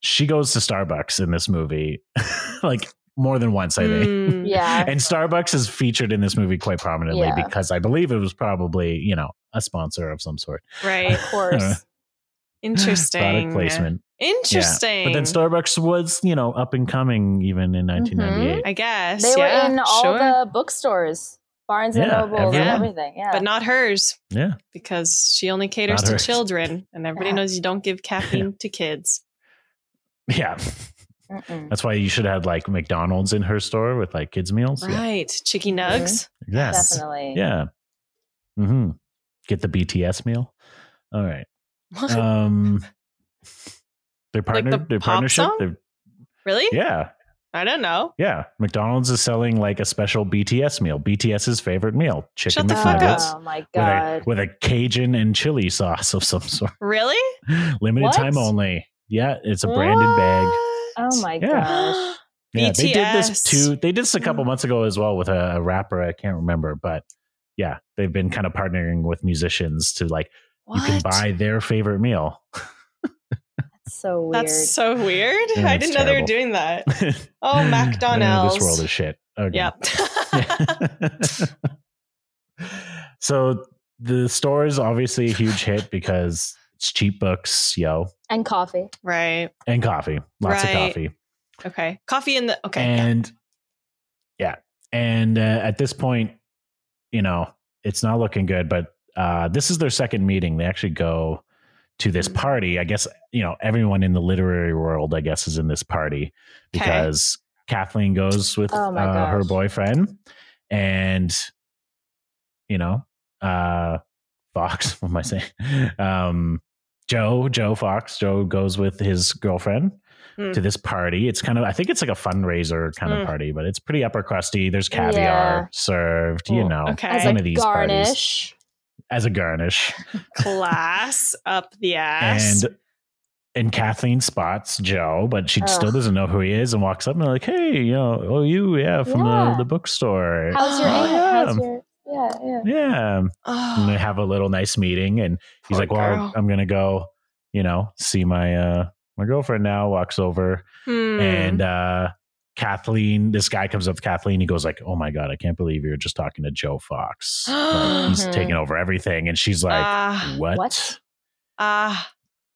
she goes to Starbucks in this movie. like more than once, I think.
Mm.
Yeah.
And Starbucks is featured in this movie quite prominently
Yeah.
because I believe it was probably, you know, a sponsor of some sort.
Right.
Of course.
Product
Interesting.
placement.
Interesting.
But then Starbucks was, you know, up and coming even
Mm-hmm.
in 1998.
I guess.
They
yeah,
were in all
sure.
the bookstores, Barnes and
Yeah,
Noble, and
everyone.
everything. Yeah.
but not hers
Yeah.
because she only caters
Not
to
hers.
children and everybody
Yeah.
knows you don't give caffeine to kids.
Yeah.
Mm-mm.
That's why you should have like McDonald's in her store with like kids' meals. Yeah.
Right. Chicky nugs.
Yes.
Definitely.
Yeah. Mm-hmm. Get the BTS meal. All right. Um their
Like
partner
the
their
pop
partnership.
song?
their-
really?
Yeah.
I don't know.
Yeah. McDonald's is selling like a special BTS meal. BTS's favorite meal.
Shut
Chicken
the fuck
McNuggets
up.
Oh my
With a,
god.
with a Cajun and chili sauce of some sort.
Really?
Limited
What?
time only. Yeah, it's a branded bag.
Oh my
Yeah.
gosh.
Yeah, they did this
BTS.
too. They did this
Hmm.
a couple months ago as well with a, a rapper. I can't remember, but yeah, they've been kind of partnering with musicians to like you can
What?
buy their favorite meal.
That's so weird.
That's so weird.
Yeah,
I
it's
didn't know they
terrible.
were doing that.
Man,
Oh, McDonald's.
This world is shit. Okay.
Yep.
so the store is obviously a huge hit because it's cheap books, yo,
and coffee.
right.
and coffee, lots of
Right.
coffee.
Okay. Coffee in the. Okay. yeah.
and yeah, and uh, at this point you know it's not looking good but uh this is their second meeting they actually go to this
Mhm.
party i guess you know everyone in the literary world i guess is in this party
Okay.
because kathleen goes with
Oh my
uh, her
gosh.
boyfriend and you know uh fox what am i saying um joe joe fox joe goes with his girlfriend
Hmm.
Mm.
to this party it's kind of i think it's like a fundraiser kind of
Mm.
party but it's pretty upper crusty there's caviar
Yeah.
served you
Mm.
know
Okay.
As
one
a
of these parties
garnish.
as a garnish
Class up the ass.
and and kathleen spots joe but she
Ugh.
still doesn't know who he is and walks up and like hey you know oh you yeah from
Yeah.
The, the bookstore
How's your
Oh,
aunt?
yeah.
How's your yeah, yeah.
yeah and they
oh,
have a little nice meeting and he's
Poor
like well
girl.
i'm gonna go you know see my uh my girlfriend now walks over
hmm.
and uh Kathleen, this guy comes up to Kathleen. He goes like, "Oh my god, I can't believe you're just talking to Joe Fox. Like, he's
Uh-huh.
Mhm.
taking over everything." And she's like,
Hmm. Ah,
"What?
What?
ah,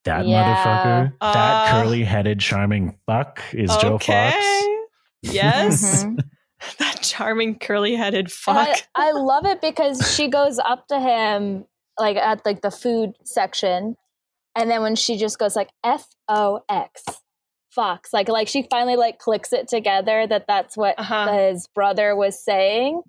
That
Yeah.
motherfucker? that
Uh,
curly-headed, charming fuck is Joe
okay.
Fox?" Mm-hmm.
Yes.
Mhm.
that charming curly headed
And I,
fuck.
I love it because she goes up to him like at like the food section, and then when she just goes like F O X, Fox, like like she finally like clicks it together that that's what
Uh-huh.
his brother was saying.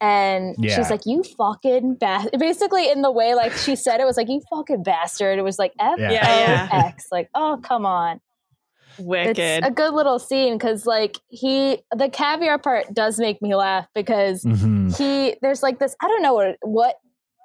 And
Yeah.
she's like, "You fucking bastard!" Basically, in the way like she said it was like, "You fucking bastard." It was like F O
Yeah.
Yeah,
X, like, "Oh come on."
Wicked.
It's a good little scene because like he, the caviar part does make me laugh because
Mhm.
Mm.
he there's like this i don't know what, what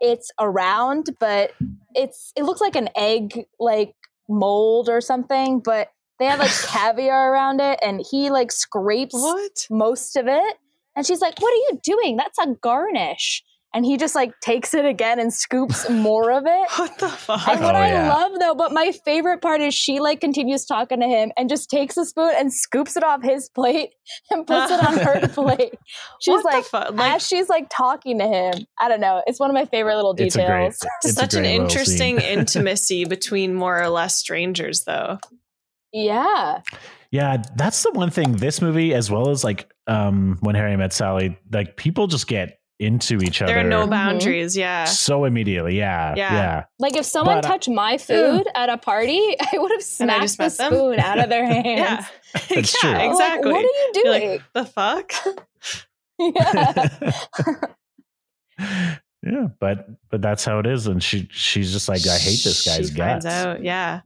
it's around but it's it looks like an egg like mold or something but they have like caviar around it and he like scrapes
what?
most of it and she's like what are you doing that's a garnish and he just like takes it again and scoops more of it
What the fuck?
and what
Oh,
I
yeah.
love though, but my favorite part is she like continues talking to him and just takes a spoon and scoops it off his plate and puts it on her plate. She's
What the
like,
fu- like-
as she's like talking to him, I don't know. It's one of my favorite little
It's a great,
details.
it's a
Such an
great little scene.
interesting intimacy between more or less strangers, though.
Yeah.
Yeah, that's the one thing this movie, as well as like um when Harry met Sally, like people just get into each
There are
other
no
Mhm.
boundaries. Yeah.
so immediately. Yeah,
Yeah.
yeah.
Like if someone
But, uh,
touched my food at a party, I would have
And I
smacked
just
the
met them?
spoon out of their hands.
Yeah.
That's
yeah,
true.
I'm like,
exactly.
what are you
You're
doing?
like, the fuck?
yeah.
yeah, but but that's how it is, and she she's just like, I hate this guy's
She finds
guts.
out. Yeah.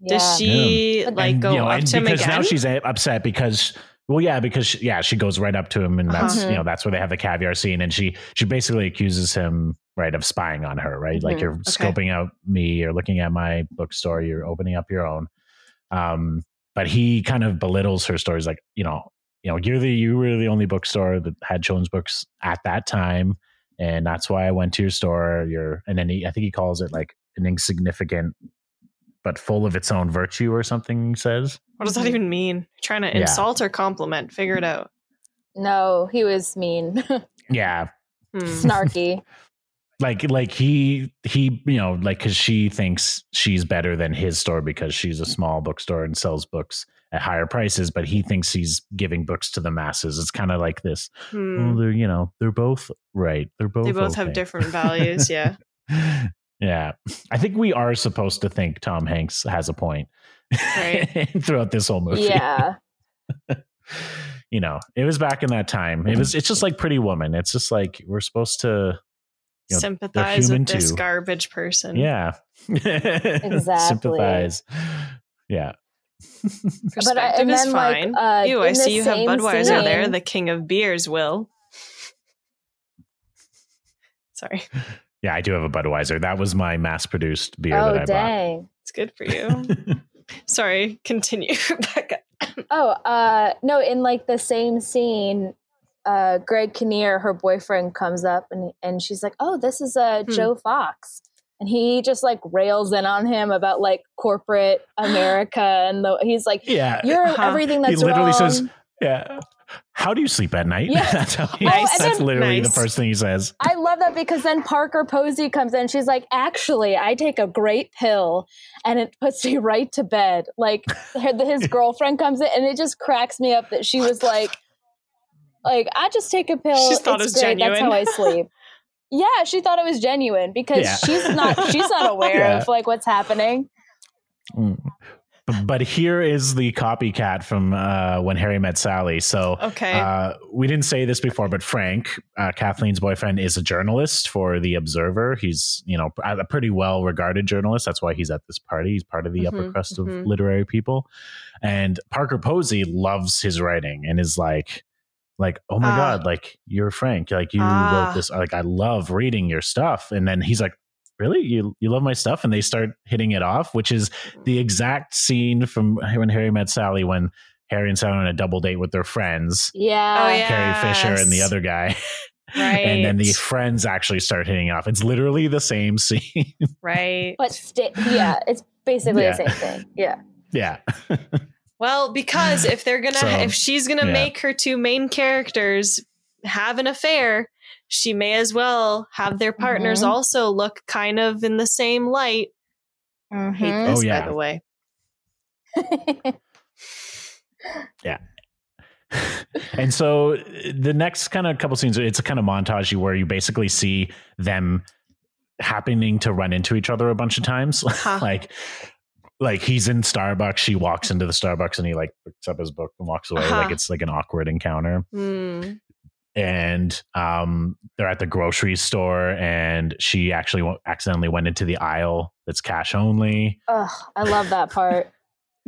Yeah.
Does she
But-
like
And,
go
you know,
up
and
to him
because
again?
now she's a- upset because well, yeah, because she, yeah, she goes right up to him, and that's
Uh-huh.
you know that's where they have the caviar scene, and she she basically accuses him right of spying on her, right? Like
Mm-hmm.
Mhm.
you're scoping out me, you're looking at my bookstore, you're opening up your own. Um, but he kind of belittles her stories, like you know. you know, you're the you were the only bookstore that had children's books at that time, and that's why I went to your store. Your and then he, I think he calls it like an insignificant but full of its own virtue or something. He says
What does that even mean? Trying to
Mm-hmm. Yeah.
insult or compliment? Figure it out.
No, he was mean,
Mm.
yeah,
Hmm.
snarky.
like like he he you know like because she thinks she's better than his store because she's a small bookstore and sells books at higher prices but he thinks he's giving books to the masses it's kind of like this
Hmm.
well, they're you know they're both right they're Mm, both
They both have
okay.
different values. Yeah.
yeah i think we are supposed to think tom hanks has a point
Right.
throughout this whole movie
Yeah. uh,
you know it was back in that time it was it's just like pretty woman it's just like we're supposed to You know,
Sympathize
human
with this
too.
garbage person.
Yeah. Sympathize. Yeah.
But I,
Perspective
and
is
then
fine.
like, uh,
Ew, I
in the
see you have
same
Budweiser
scene-
there, the king of beers, Will. Sorry.
Yeah, I do have a Budweiser. That was my mass produced beer
oh
that I
dang.
It's good for you.
bought.
Sorry, continue, Rebecca.
Oh, uh, no, in like the same scene, uh, Greg Kinnear, her boyfriend, comes up and, and she's like, Oh, this is uh,
Hmm.
Joe Fox. And he just like rails in on him about like corporate America. And the, he's like,
yeah.
You're
Uh-huh.
everything
Uh, He
that's
literally
wrong.
says, Yeah. How do you sleep at night?
Yeah.
that's, how he-
Oh, and
that's
then-
literally
Nice.
the first thing he says.
I love that because then Parker Posey comes in. She's like, Actually, I take a great pill and it puts me right to bed. Like, her- his girlfriend comes in and it just cracks me up that she was like, like I just take a pill.
She thought
it's
it was
great. That's how I
genuine.
sleep. yeah, she thought it was genuine because
Yeah.
she's not she's not aware
Yeah.
of like what's happening.
Mm. But, but here is the copycat from uh, when Harry met Sally. So
Okay.
Uh, we didn't say this before, but Frank, uh, Kathleen's boyfriend, is a journalist for The Observer. He's, you know, a pretty well regarded journalist. That's why he's at this party. He's part of the upper
Mhm,
crust
mhm.
of literary people. And Parker Posey loves his writing and is like, like, oh my
Ah.
God, like you're Frank. Like you
Ah.
wrote this. Like I love reading your stuff. And then he's like, really? You you love my stuff? And they start hitting it off, which is the exact scene from when Harry met Sally when Harry and Sally were on a double date with their friends.
Yeah.
Oh, yeah.
Carrie Fisher and the
Yes.
other guy.
Right.
And then the friends actually start hitting off. It's literally the same scene.
right.
But sti- yeah, it's basically
Yeah.
the same thing. Yeah.
yeah.
Well, because if they're gonna,
So,
if she's gonna
yeah.
make her two main characters have an affair, she may as well have their partners
Mhm.
also look kind of in the same light. Hate
Mhm.
this,
Oh, yeah.
by the way.
and so uh, the next kind of couple scenes, it's a kind of montage where you basically see them happening to run into each other a bunch of times.
Huh.
like, like he's in Starbucks, she walks into the Starbucks and he like picks up his book and walks away.
Uh-huh.
Like it's like an awkward encounter.
Hmm.
and um, they're at the grocery store, and she actually w- accidentally went into the aisle that's cash only.
Ugh, I love that part.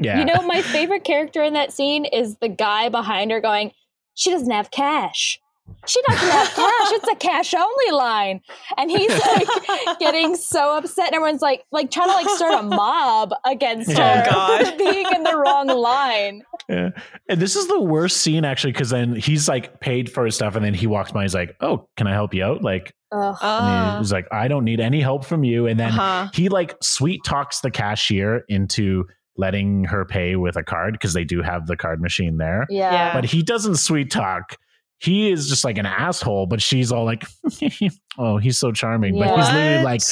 Yeah,
You know, my favorite character in that scene is the guy behind her going, She doesn't have cash. She doesn't have cash. It's a cash only line. And he's like getting so upset. And everyone's like, like trying to like start a mob against
Oh,
her
God.
for being in the wrong line.
Yeah. and this is the worst scene actually because then he's like paid for his stuff, and then he walks by. He's like, "Oh, can I help you out?" Like
Ugh. Uh.
and he-
Ah.
he's like, "I don't need any help from you." And then
Uh-huh.
he like sweet talks the cashier into letting her pay with a card because they do have the card machine there.
Yeah.
yeah.
but he doesn't sweet talk. He is just like an asshole, but she's all like, "Oh, he's so charming." But he's literally
What?
like,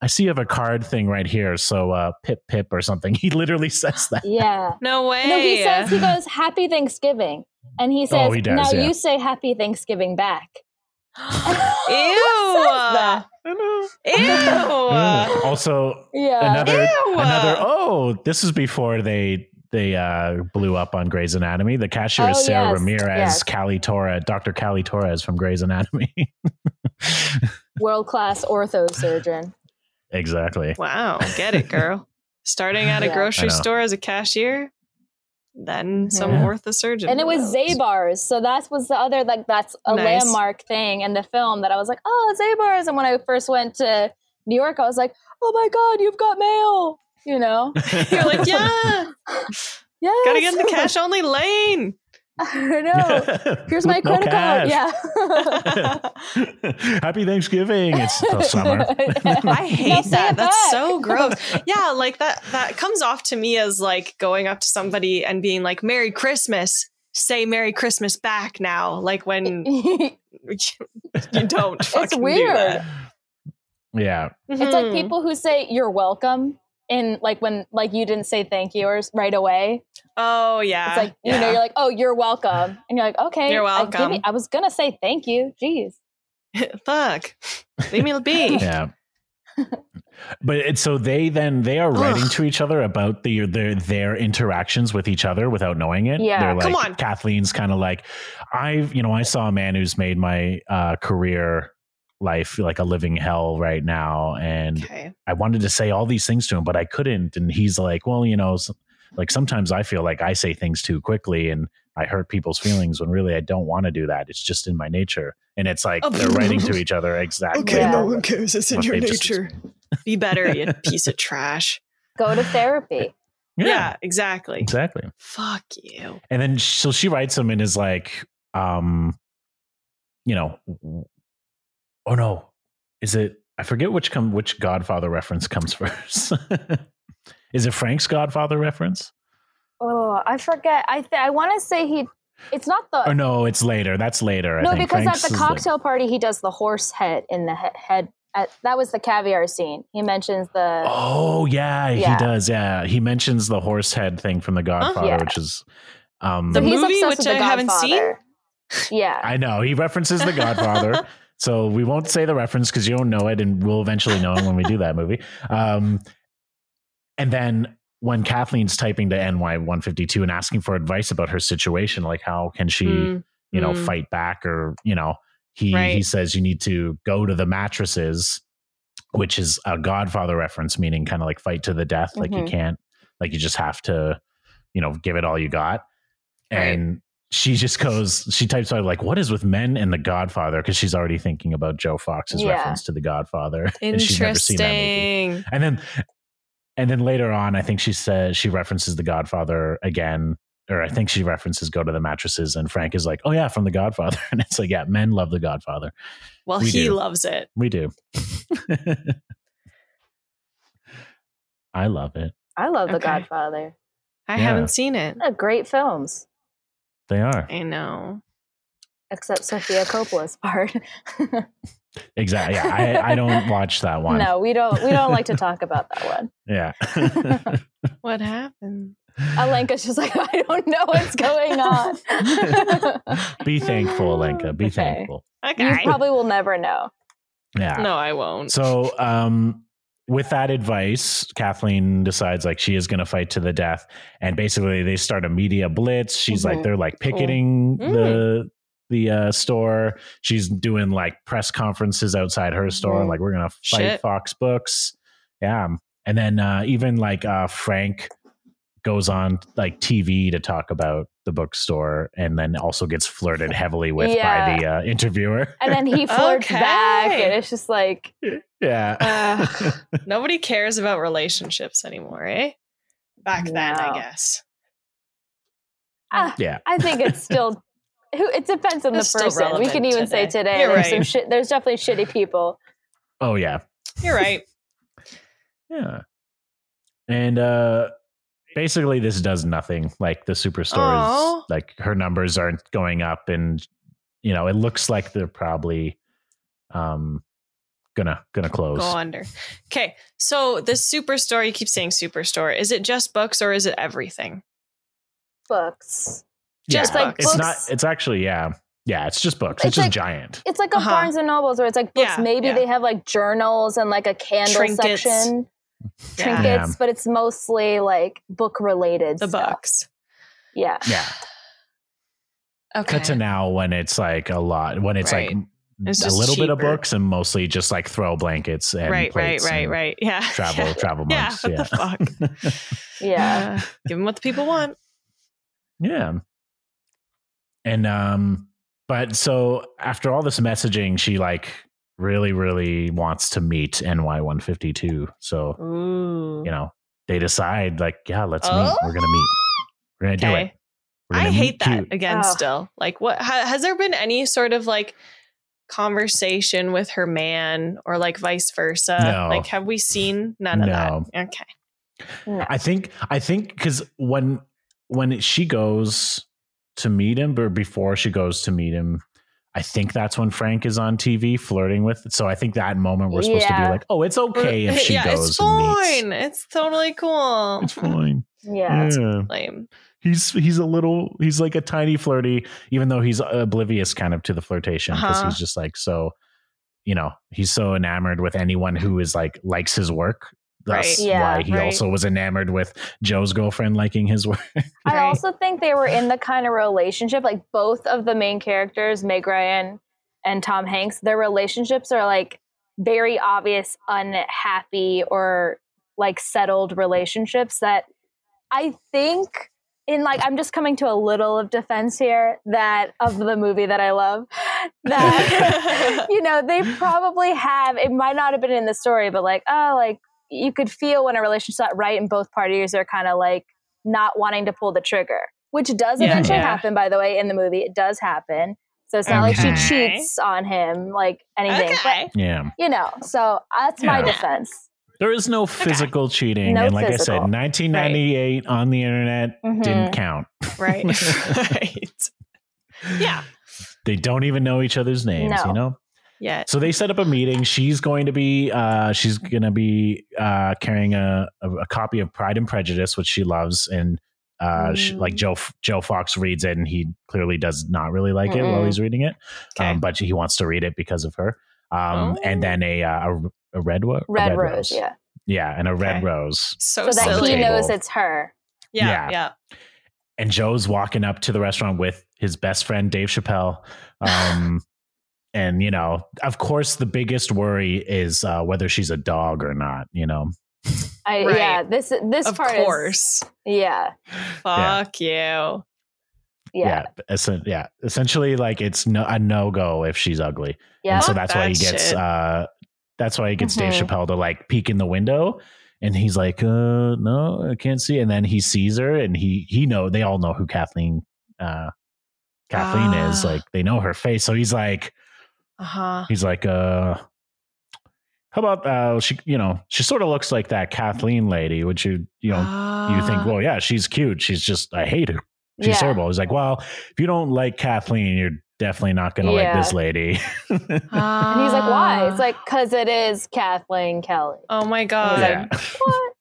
"I see you have a card thing right here, so uh, pip pip or something." He literally says that.
Yeah.
no way.
No, he says, he goes, Happy Thanksgiving. And he says,
uh. Oh, he does,
Now
yeah.
you say Happy Thanksgiving back.
uh.
that?
Ew. Ew.
Mm. Also,
Yeah.
another
Ew.
another. Oh, this is before they they uh, blew up on Grey's Anatomy. The cashier
Oh,
is Sarah
yes,
Ramirez,
yes.
Cali Torres, Doctor Cali Torres from Grey's Anatomy.
World class ortho surgeon.
exactly.
Wow, get it, girl. Starting at a
Yeah.
grocery
I know.
store as a cashier, then some
Yeah.
orthosurgeon.
and it was
Wow.
Zabars. So that was the other like that's a
Nice.
landmark thing in the film that I was like, oh Zabars. And when I first went to New York, I was like, oh my god, you've got mail. You know,
You're like, yeah,
yeah.
gotta get in the cash only lane.
I know. Here's my
With no
credit card.
cash.
Yeah.
Happy Thanksgiving. It's the summer.
I
Now
hate
say
that.
it
That's
back.
so gross. Yeah, like that that comes off to me as like going up to somebody and being like, Merry Christmas. Say Merry Christmas back now. Like when
it's
you don't fucking do
weird.
that.
Yeah.
like
Hmm.
Mhm.
people who say you're welcome in like when like you didn't say thank you or s- right away.
Oh yeah.
It's like you
yeah.
know you're like oh you're welcome and you're like okay
You're
I give
welcome.
it- I, was gonna say thank you. Jeez.
fuck. Leave me be.
Yeah. But it's so they then they are writing
Ugh.
to each other about the their their interactions with each other without knowing it.
Yeah.
They're like,
Come on.
Kathleen's kind of like, I've you know I saw a man who's made my uh, career life like a living hell right now, and
Okay.
I wanted to say all these things to him, but I couldn't. And he's like, well, you know, s- like sometimes I feel like I say things too quickly and I hurt people's feelings when really I don't want to do that. It's just in my nature. And it's like
Oh.
they're writing to each other exactly.
Okay, Yeah. no
what-
cares. It's
what they've just explained.
Be better, you piece of trash.
Go to therapy.
Yeah,
yeah exactly.
exactly.
Fuck you.
And then sh- so she writes him and is like, um, you know, w- oh no, is it? I forget which come which Godfather reference comes first. is it Frank's Godfather reference?
Oh, I forget. I th- I want to say he. It's not the
Oh,
Or no, it's later. That's later. I
no
think.
because
Frank's
at the
is later.
cocktail party he does the horse head in the he- head. At, that was the caviar scene. He mentions the
Oh yeah,
Yeah. Uh-huh.
he does. Yeah, he mentions the horse head thing from The Godfather,
Yeah.
which is. Um,
The
he's
movie,
obsessed
which
with The
I haven't seen?
Godfather. Yeah.
I know he references The Godfather, so we won't say the reference because you don't know it, and we'll eventually know it when we do that movie. Um, and then when Kathleen's typing to NY one fifty two and asking for advice about her situation, like how can she,
Mm,
you know,
mm.
fight back, or you know, he he
Right.
says you need to go to the mattresses, which is a Godfather reference, meaning kind of like fight to the death, like you
Mm-hmm.
Mhm.
can't, like you just have to, you know, give it all you got,
Right.
and she just goes, she types out like, "What is with men and The Godfather?" Because she's already thinking about Joe Fox's
Yeah.
reference to The Godfather, and she's never seen that movie.
Interesting.
And then, and then later on, I think she says she references The Godfather again, or I think she references Go to the Mattresses, and Frank is like, "Oh yeah, from The Godfather," and it's like, "Yeah, men love The Godfather.
Well,
We
he
do.
loves it.
We do." I love it.
I love The
Okay.
Godfather.
I
Yeah.
haven't seen it.
They're great films,
They are
I know.
except Sofia Coppola's part.
exactly. Yeah, I, I don't watch that one.
no, we don't. We don't like to talk about that one.
Yeah.
What happened?
Alenka's just like, I don't know what's going on.
Be thankful, Alenka. Be
Okay.
thankful.
you
Okay.
probably will never know.
Yeah.
no, I won't.
So, um, with that advice, Kathleen decides like she is going to fight to the death, and basically they start a media blitz. She's like
Mhm.
they're like picketing
Mm-hmm. Mm.
the the uh, store. She's doing like press conferences outside her store,
Mhm.
like we're going to fight
Mm-hmm. Shit.
Fox Books. Yeah, and then uh, even like uh, Frank goes on like TV to talk about the bookstore, and then also gets flirted heavily with by
Yeah.
the uh, interviewer.
And then he flirts
Okay.
back, and it's just like,
Uh,
yeah.
Ugh. Nobody cares about relationships anymore, eh? Back then, I
No.
guess.
ah,
yeah.
I think it's still. Who it depends on
Hmm. It's
the
still
person. We
relevant
can even say
today.
today
You're
there's
right.
some shit. There's definitely shitty people.
Oh yeah.
You're right.
Yeah. And uh basically this does nothing. Like the superstore
Aw.
is like her numbers aren't going up and you know, it looks like they're probably um gonna gonna close.
Go under. Okay. So this superstore, you keep saying superstore. Is it just books or is it everything?
Books.
Yeah.
Just like
it's
books.
not it's actually yeah. Yeah, it's just books. It's,
It's
just
like-
giant.
It's like a
Uh-huh.
Barnes and Nobles where it's like books.
Yeah,
Maybe
yeah.
they have like journals and like a candle
Trinkets.
section, trinkets,
Yeah.
Yeah.
but it's mostly like book related.
The
stuff.
books.
Yeah.
Yeah.
Okay.
Cut to now when it's like a lot when it's
Right.
like
It's
a
just
little bit of
cheaper.
books and mostly just like throw blankets and
right, right,
plates
right,
and
right. Yeah.
Travel,
Yeah.
travel
Yeah.
mugs.
What the fuck?
Yeah.
Uh, give them what the people want.
Yeah. And um but so after all this messaging she like really really wants to meet NY152. So,
Ooh.
you know, they decide like yeah, let's
Oh.
meet. We're going to meet. We're going to do it.
okay.
We're
I
gonna
hate
meet
that
cute.
again.
Ugh.
Still, like, what ha, has there been any sort of like conversation with her man, or like vice versa?
No.
Like, have we seen none of
No.
that? Okay,
I think I think because when when she goes to meet him, but before she goes to meet him, I think that's when Frank is on TV flirting with. So I think that moment we're supposed to
Yeah.
be like, oh, it's okay if she
yeah,
goes.
it's
and
fine. It's totally cool.
meets. It's fine.
Yeah.
yeah.
Lame.
he's he's a little he's like a tiny flirty even though he's oblivious kind of to the flirtation because
Uh-huh.
he's just like so you know he's so enamored with anyone who is like likes his work
Right.
that's
Yeah,
why he
right.
also was enamored with joe's girlfriend liking his work
I
Right.
also think they were in the kind of relationship, like both of the main characters, Meg Ryan and Tom Hanks, their relationships are like very obvious, unhappy, or like settled relationships that I think in like I'm just coming to a little of defense here that of the movie that I love that you know they probably have it might not have been in the story but like oh like you could feel when a relationship's not right and both parties are kind of like not wanting to pull the trigger which does
Yeah.
eventually
Yeah.
happen by the way in the movie it does happen so it's not like she
Okay.
cheats on him like anything but
okay.
yeah
you know so uh, that's my
Yeah.
defense
there is no physical cheating
No
and like
physical.
i said 1998 on the internet
Mhm.
didn't count
Right. right. Yeah.
they don't even know each other's names
No.
you know
Yeah.
So they set up a meeting. She's going to be uh, she's going to be uh, carrying a, a, a copy of Pride and Prejudice, which she loves, and uh, she-
Mm.
like Joe F- Joe Fox reads it, and he clearly does not really like it while
Mm-mm.
he's reading it,
Okay.
um, but he wants to read it because of her.
Oh.
Um, And then a uh, a, a red wo- a
red, rose, yeah
yeah, and a red
Okay.
rose.
so
so that
silly.
he
Table.
knows it's her
yeah.
Yeah.
Yeah.
And Joe's walking up to the restaurant with his best friend Dave Chappelle. Um, And you know, of course, the biggest worry is uh, whether she's a dog or not. You know,
I,
Right.
yeah this this
Of
part is
course.
yeah
Fuck you.
yeah
essen- yeah. Essentially, like it's no, a no go if she's ugly,
yeah
and so
Fuck
that's why he
that
gets.
shit.
Uh, that's why he gets Dave
Mhm.
Chappelle to like peek in the window, and he's like, uh, "No, I can't see." And then he sees her, and he he know they all know who Kathleen uh, Kathleen is.
Ah.
Like they know her face, so he's like,
Uh huh.
he's like, uh, "How about uh, she? You know, she sort of looks like that Kathleen lady. Would you you know you
Ah.
think,
Uh-huh.
well, yeah, she's cute. She's just, I hate her. She's
Yeah.
horrible. He's like, well, if you don't like Kathleen, you're definitely not going to like
Yeah.
this lady.
and he's like why
Ah.
it's like because it is kathleen kelly
Ah.
oh my god.
yeah.
what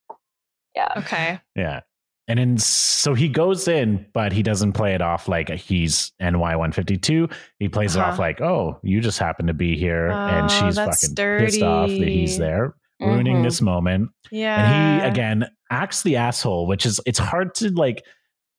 yeah
Okay.
yeah. And then, so he goes in, but he doesn't play it off like he's NY152. He plays it off
Uh-huh.
like, oh, you just happen to be here. and
Oh,
she's
that's Mm-hmm.
fucking pissed off that he's
dirty.
there, ruining
Mhm.
this moment.
Yeah.
Uh.
and he again acts the asshole which is it's hard to like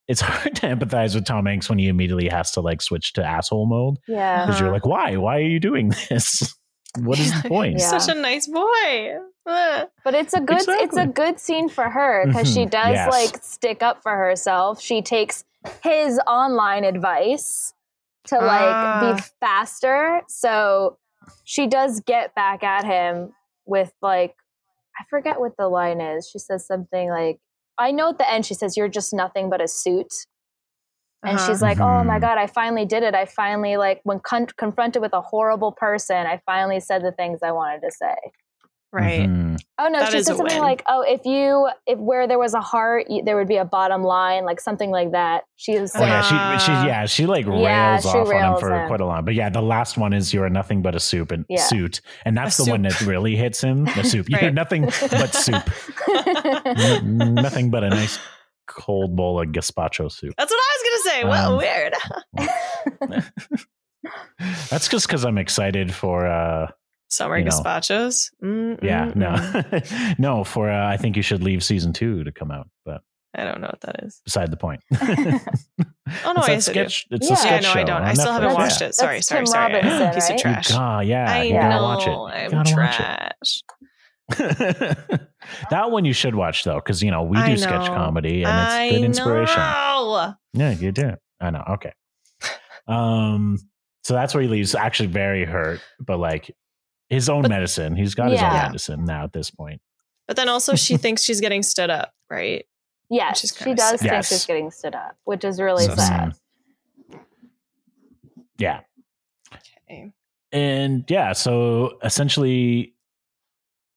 it's hard to empathize with tom hanks when he immediately has to like switch to asshole mode
yeah
because you're
Uh-huh.
like why why are you doing this what is the point
Yeah.
He's such a nice boy. Ugh.
but it's a good it's
Exactly.
a good scene for her because she
Mhm.
does
Yes.
like stick up for herself she takes his online advice to like be
Ah.
faster so she does get back at him with like i forget what the line is she says something like i know at the end she says you're just nothing but a suit and
Uh-huh.
she's like oh my
Mhm.
god i finally did it i finally like when con- confronted with a horrible person i finally said the things i wanted to say
right.
Mhm.
Oh no,
That
she
is
said
a
something
win.
like, "Oh, if you if where there was a heart, you, there would be a bottom line," like something like that. She was
Oh, yeah,
like,
she, she
Uh,
yeah she like rails
yeah, she
off on him
rails
for
him.
quite a lot. But yeah, the last one is you're nothing but a soup and
Yeah.
suit, and that's the
A
one that really hits him. The soup, you're
Right.
nothing but soup, N- nothing but a nice cold bowl of gazpacho soup.
That's what I was gonna say. What
Um,
weird.
That's just because I'm excited for uh,
Summer
you know.
gazpachos. Mm,
Yeah,
mm, mm.
no, no. For uh, I think you should leave season two to come out, but
I don't know what that is.
beside the point.
Oh no,
it's
I used to
that
do.
sketch. It's
Yeah.
a
Yeah,
sketch
no,
show
I don't.
on
I still
Netflix.
haven't
That's-
watched it. Sorry,
that's
sorry,
Tim
sorry.
Robinson,
Piece
right?
of trash.
God, yeah,
I
you
know.
gotta watch it. You
I'm
gotta watch it.
trash.
that one you should watch though, because you know we do
I
sketch
know.
comedy and it's
I
good inspiration.
know.
Yeah, you do. I know. Okay. Um. So that's where he leaves. Actually, very hurt, but like his own
But-
medicine. He's got his own
Yeah.
medicine now at this point.
But then also she thinks she's getting stood up, right?
Yes,
is
she
kinda
does
sad.
think
Yes.
she's getting stood up, which is really
So
sad.
Yeah.
Okay.
And yeah, so essentially,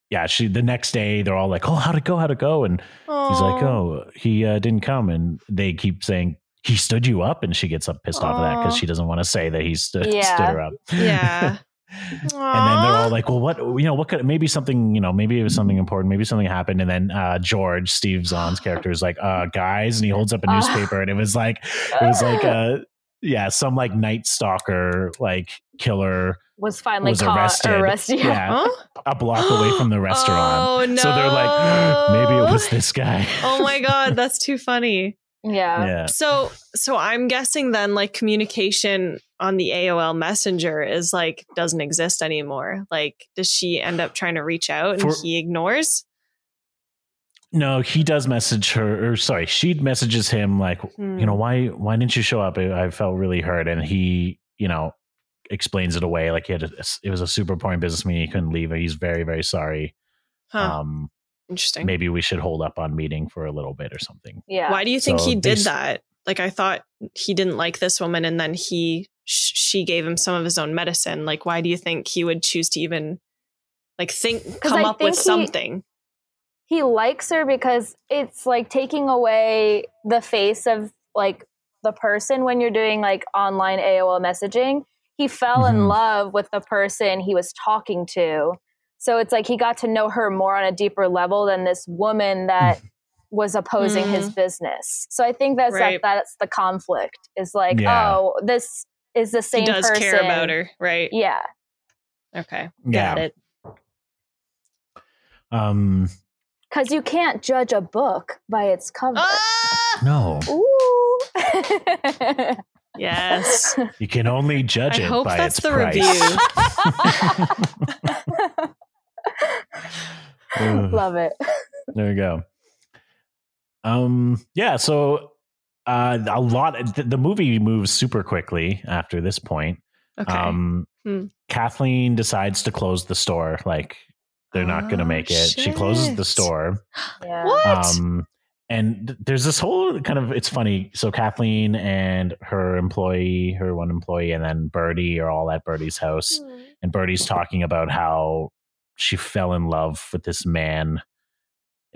yeah, she the next day they're all like, "Oh, how'd it go? How'd it go?" And he's like, "Oh, he uh, didn't come." And they keep saying he stood you up, and she gets up pissed off at that because
Aw.
she doesn't want to say that he stood
Yeah.
stood her up.
Yeah.
And then they're all like, "Well, what? You know, what could maybe something? You know, maybe it was
Mm-hmm.
something important. Maybe something happened." And then uh, George, Steve Zahn's character, is like, uh, "Guys," and he holds up a
Ah.
newspaper, and it was like, it was like, uh, yeah, some like night stalker, like killer,
was finally
was
caught
arrested.
arrested. Yeah.
yeah, a block away from the restaurant.
Oh no.
So they're like, maybe it was this guy.
oh my god, that's too funny.
Yeah.
yeah.
So so I'm guessing then like communication on the AOL Messenger is like doesn't exist anymore. Like does she end up trying to reach out and
For-
he ignores?
No, he does message her, or sorry, she messages him like,
Hmm.
you
Mm.
know, why why didn't you show up? I, I felt really hurt, and he, you know, explains it away like he had a, it was a super important business meeting. He couldn't leave. He's very very sorry.
Huh,
Um,
interesting.
maybe we should hold up on meeting for a little bit or something.
Yeah.
Why do you think
So
he
they
did
s-
that? Like I thought he didn't like this woman and then he sh- she gave him some of his own medicine. Like why do you think he would choose to even like think come
I
up with
think he-
something?
He likes her because it's like taking away the face of like the person when you're doing like online AOL messaging. He fell in
Mhm.
love with the person he was talking to. So it's like he got to know her more on a deeper level than this woman that was opposing his business. So I think that's
Mm-hmm. Right.
that, that's the conflict. Is like,
Yeah.
oh, this is the same
He does
person.
care about her, right?
Yeah.
Okay.
Yeah.
Got it.
Um.
Because you can't judge a book by its cover.
Ah!
No,
Ooh.
Yes.
you can only judge
I
it
hope
by
that's
its
the
price.
review.
Ugh.
Love it.
There you go. Um, yeah, so uh, a lot. Th- the movie moves super quickly after this point.
Okay.
Um,
Hmm.
Kathleen decides to close the store. Like they're not going to
Oh,
make it. She closes the
shit.
store.
Yeah.
what?
Um, and th- there's this whole kind of it's funny. So Kathleen and her employee, her one employee, and then Birdie are all at Birdie's house and Birdie's talking about how she fell in love with this man,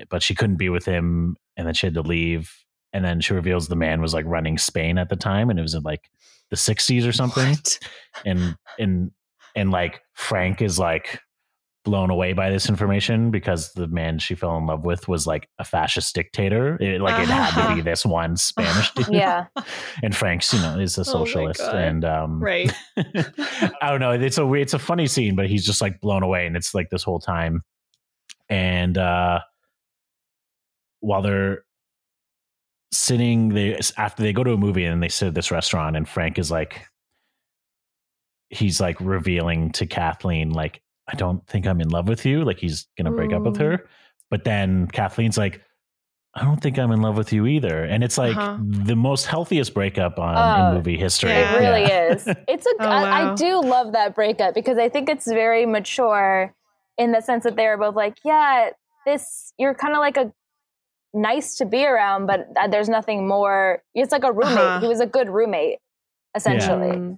but she couldn't be with him, and then she had to leave. And then she reveals the man was like running Spain at the time, and it was in like the '60s or something.
What?
And and and like Frank is like blown away by this information because the man she fell in love with was like a fascist dictator. It, like it had to
Uh-huh.
be this one Spanish dude.
Yeah.
And Frank's, you know, is a
Oh my
socialist,
God.
and um,
Right.
I don't know. It's a weird- it's a funny scene, but he's just like blown away, and it's like this whole time. And uh while they're sitting, they after they go to a movie and they sit at this restaurant, and Frank is like, he's like revealing to Kathleen, like, I don't think I'm in love with you. Like he's gonna break up with
Ooh.
her, but then Kathleen's like. I don't think I'm in love with you either, and it's like
Uh-huh.
the most healthiest breakup on
Oh,
in movie history.
yeah.
It really is. It's a.
Oh,
I- I
wow.
do love that breakup because I think it's very mature in the sense that they were both like, yeah, this you're kind of like a nice to be around, but uh, there's nothing more. It's like a roommate.
Uh-huh.
He was a good roommate, essentially.
Mm,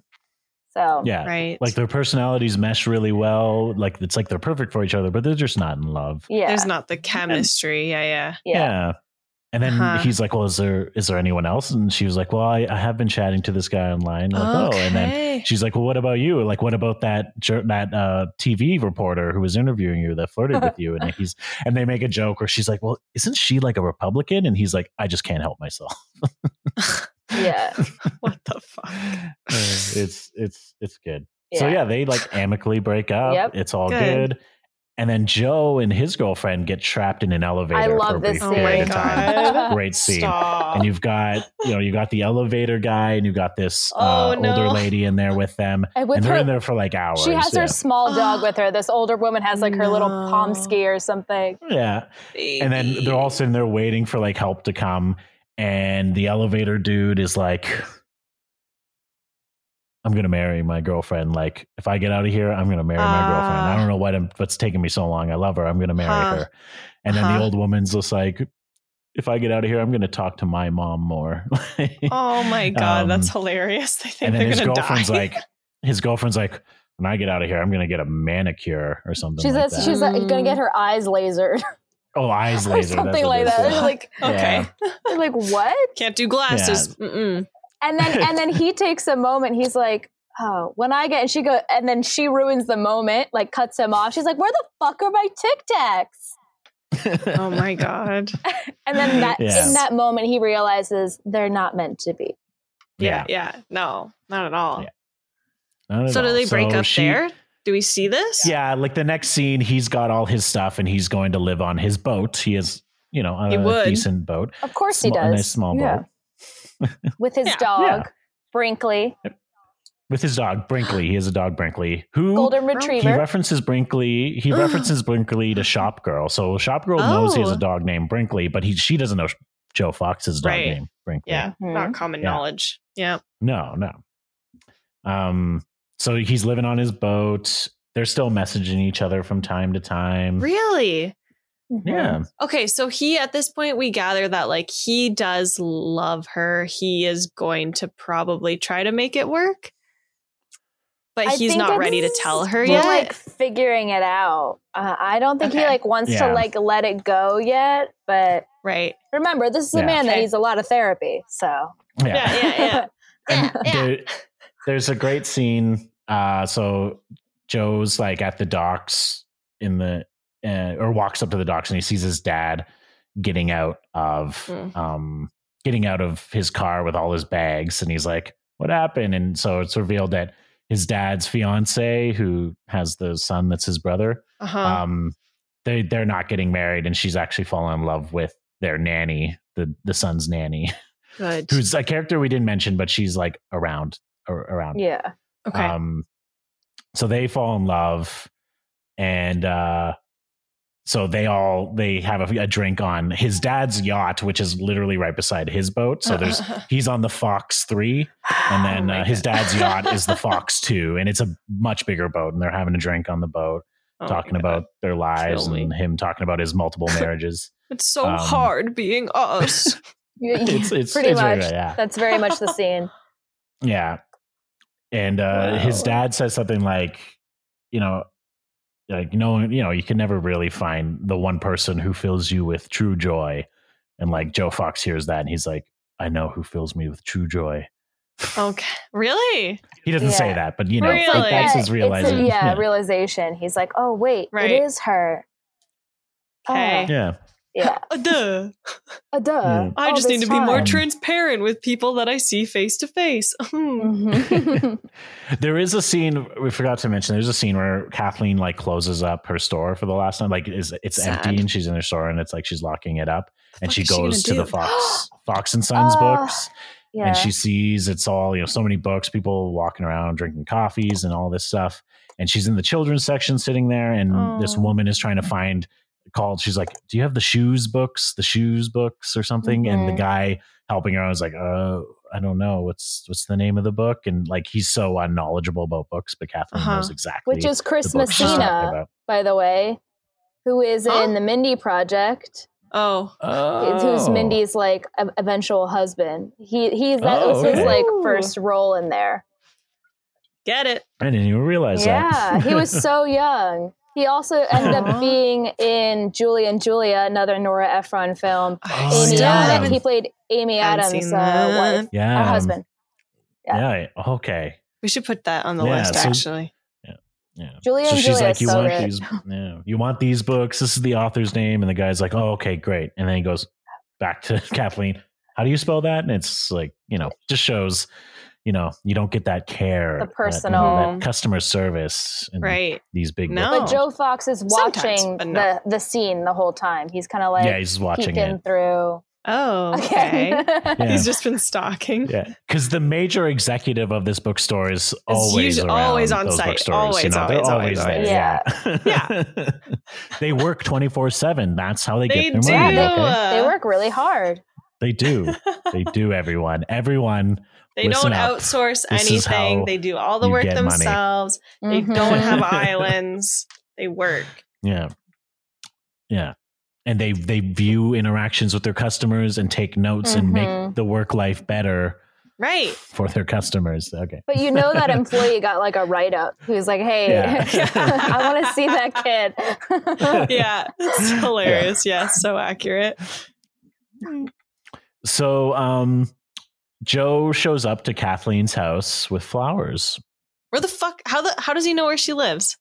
So
yeah,
Right.
like their personalities mesh really well like it's like they're perfect for each other but they're just not in love
yeah,
There's not the chemistry. Yeah, yeah.
yeah,
and then
Uh-huh.
he's like well is there is there anyone else and she was like well i, I have been chatting to this guy online I'm like, oh and then
Okay.
she's like well what about you like what about that jer- that uh, tv reporter who was interviewing you that flirted with you and he's and they make a joke where she's like well isn't she like a republican and he's like i just can't help myself
yeah,
what the fuck?
Uh, it's it's it's good
yeah.
So yeah, they like amicably break up.
Yep.
It's all good.
Good.
And then Joe and his girlfriend get trapped in an elevator.
I
for a
love
brief
this
Oh
scene.
my
period of time.
God.
Great scene.
Stop.
And you've got you know you got the elevator guy and you got this
Oh,
uh,
no.
older lady in there with them,
And with
and they're
her-
in there for like hours.
She has
yeah.
her small dog with her. This older woman has like her little pomsky or something.
yeah, and then they're all sitting there waiting for like help to come, and the elevator dude is like. I'm gonna marry my girlfriend. Like, if I get out of here, I'm gonna marry my girlfriend. I
Ah.
don't know what I'm, what's taking me so long. I love her. I'm gonna marry
Huh.
her. And then
Huh.
the old woman's just like, if I get out of here, I'm going to talk to my mom more.
Oh my god, that's
Um,
hilarious. I think
and
they're
then his
gonna die.
girlfriend's like, his girlfriend's like, when I get out of here, I'm going to get a manicure or something.
She
like
says
that.
she's uh, gonna
Mm.
get her eyes lasered
oh, eyes
or
laser, that's
something
what
like
they
that.
said.
It's like,
okay,
Yeah.
like what?
can't do glasses. Mm-mm.
And then and then he takes a moment. He's like, oh, when I get and she goes and then she ruins the moment, like cuts him off. She's like, where the fuck are my Tic Tacs?
Oh my god.
And then that
Yeah.
in that moment, he realizes they're not meant to be.
Yeah, yeah. No, not at all.
Yeah. Not at
So do
all.
they break
So
up
she-
there? Do we see this?
Yeah, like the next scene, he's got all his stuff and he's going to live on his boat. He is, you know, a
He would.
decent boat.
Of course
Small-
he does.
A nice small boat
Yeah. With his
Yeah.
dog,
Yeah.
Brinkley,
with his dog Brinkley. He has a dog Brinkley who
golden
he
retriever.
references Brinkley. He references Brinkley to Shop Girl. So Shop Girl knows he has
Oh.
a dog named Brinkley, but he she doesn't know Joe Fox's dog
Right.
name Brinkley.
Yeah,
Mhm.
not common
Yeah.
knowledge. Yeah.
No, no. Um. So he's living on his boat. They're still messaging each other from time to time.
Really?
Mhm.
Yeah.
Okay, so he at this point we gather that like he does love her. He is going to probably try to make it work. But
I
he's
think
not ready to
it's
tell her
still,
yet.
Like figuring it out. Uh, I don't think he
Okay.
like wants
Yeah.
to like let it go yet. But
right.
remember, this is a
Yeah.
man that
Okay.
needs a lot of therapy. So
Yeah, yeah, yeah.
And
Yeah, yeah.
there- there's a great scene. Uh, so Joe's like at the docks in the uh, or walks up to the docks and he sees his dad getting out of
Mm.
um, getting out of his car with all his bags, and he's like, "What happened?" And so it's revealed that his dad's fiance, who has the son that's his brother,
Uh-huh.
um, they they're not getting married, and she's actually fallen in love with their nanny, the the son's nanny
Good.
who's a character we didn't mention, but she's like around ar- around.
yeah,
Okay.
Um, so they fall in love, and uh, so they all they have a, a drink on his dad's yacht, which is literally right beside his boat. So there's he's on the Fox Three, and then
Oh my
uh, his
God.
dad's yacht is the Fox Two, and it's a much bigger boat, and they're having a drink on the boat,
Oh my
talking
God.
about their lives
Kill me.
and him talking about his multiple marriages.
it's so
um,
hard being us.
You-
it's it's
pretty
it's
much.
Very, yeah.
That's very much the scene.
Yeah. And uh, his
Wow.
dad says something like, you know, like no, you know, you can never really find the one person who fills you with true joy. And like Joe Fox hears that and he's like, I know who fills me with true joy.
okay. Really?
He doesn't say
Yeah.
that, but you know,
Really?
like, that's
Yeah,
his
it's a-
realization.
yeah, realization. He's like, oh wait,
Right.
it is her. Oh,
Okay.
yeah.
yeah.
Uh, duh.
Uh, duh.
Yeah.
I
All
just need
this
to be more
time.
transparent with people that I see face to face. Hmm.
Mhm.
There is a scene we forgot to mention. There's a scene where Kathleen like closes up her store for the last time. Like is it's
Sad.
empty and she's in her store and it's like she's locking it up and
fuck
she
is she gonna
goes to the
do? Ah.
Fox Fox and Sons
Oh,
books
yeah.
and she sees it's all you know so many books people walking around drinking coffees and all this stuff and she's in the children's section sitting there and this
Oh.
woman is trying to find called she's like do you have the shoes books the shoes books or something and the
Mhm.
guy helping her was like uh i don't know what's what's the name of the book and like he's so unknowledgeable about books but kathleen
Uh-huh.
knows exactly
which is
the
Chris
book she's talking
Messina.
about
by the way, who is
Huh?
in the Mindy Project.
Oh.
It's Who's Mindy's like ev- eventual husband? He he's that
Oh,
was his
okay.
like
Ooh.
first role in there.
Get it.
i didn't even realize
yeah,
that
he was so young. He also ended
Aw.
up being in Julie and Julia, another Nora Ephron film.
Oh,
Amy
yeah.
Adams. He played Amy
Haven't
Adams'
seen
uh,
that.
wife,
yeah um,
her husband.
yeah okay
We should put that on the
Yeah,
list,
so-
actually.
yeah
Julia
so
and
she's
Julia
like,
is
"You
so
want
good.
these? Yeah, you want these books? This is the author's name." And the guy's like, "Oh, okay, great." And then he goes back to Kathleen. How do you spell that? And it's like, you know, just shows, you know, you don't get that care, that, you
The
know, that,
personal-
customer service, and
Right.
These big,
No.
books.
But Joe Fox is
Sometimes,
watching
but no.
the, the scene the whole time. He's kind of like
yeah, he's watching
peeking
it.
through.
Oh, okay.
Okay.
Yeah.
He's just been stalking.
Yeah, because the major executive of this bookstore is always
usu-
around
always on
those
site.
bookstores. you
Always,
know, they're
always,
always,
always,
there.
always.
Yeah, they work twenty four seven. That's how they,
They do.
get their money. okay?
Uh,
they work really hard.
They do. they do, everyone. Everyone.
They
Listen
don't
up.
outsource
This is
anything.
how
They do all the
you
work
get money.
themselves.
Mm-hmm.
They don't
Mhm.
have islands. They work.
Yeah. Yeah. and they they view interactions with their customers and take notes and make
Mhm.
the work life better
Right.
for their customers. Okay.
But you know that employee got like a write up. He was like, "Hey,
Yeah.
I want to see that kid."
Oh, Yeah. It's hilarious. Yeah. so accurate.
So um Joe shows up to Kathleen's house with flowers.
Where the fuck how the how does he know where she lives?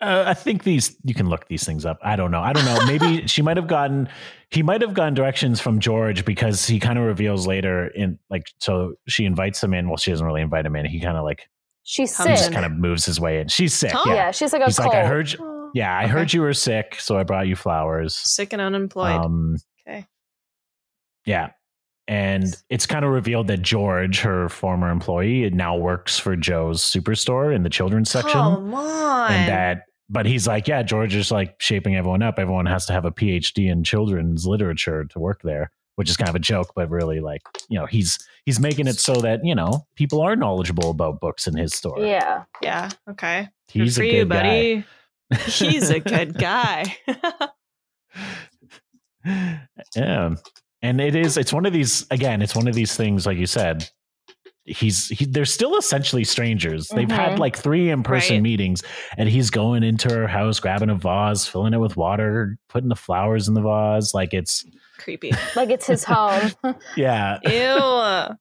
Uh, I think these you can look these things up. I don't know. I don't know. Maybe she might have gotten he might have gotten directions from George because he kind of reveals later in like so she invites him in. Well, she doesn't really invite him in. He kind of like
she's
Comes
he
sick.
just kind of moves his way in. She's sick.
Tom?
yeah.
Yeah.
she's like a
He's
cold.
like I heard you, yeah, I
Okay.
heard you were sick, so I brought you flowers.
Sick and unemployed.
Um
okay.
Yeah. And it's kind of revealed that George, her former employee, now works for Joe's superstore in the children's section.
Come on.
and that but he's like, yeah, George is like shaping everyone up. Everyone has to have a PhD in children's literature to work there, which is kind of a joke, but really like, you know, he's he's making it so that, you know, people are knowledgeable about books in his store.
yeah,
yeah. Okay. Good
He's
for
a good
you,
guy.
buddy. He's a good guy.
yeah and it is it's one of these again it's one of these things like you said he's he, they're still essentially strangers they've had
Mhm.
like three in-person
Mm-hmm. Right.
meetings and he's going into her house grabbing a vase filling it with water putting the flowers in the vase like it's
Creepy.
like it's his home,
yeah
Ew.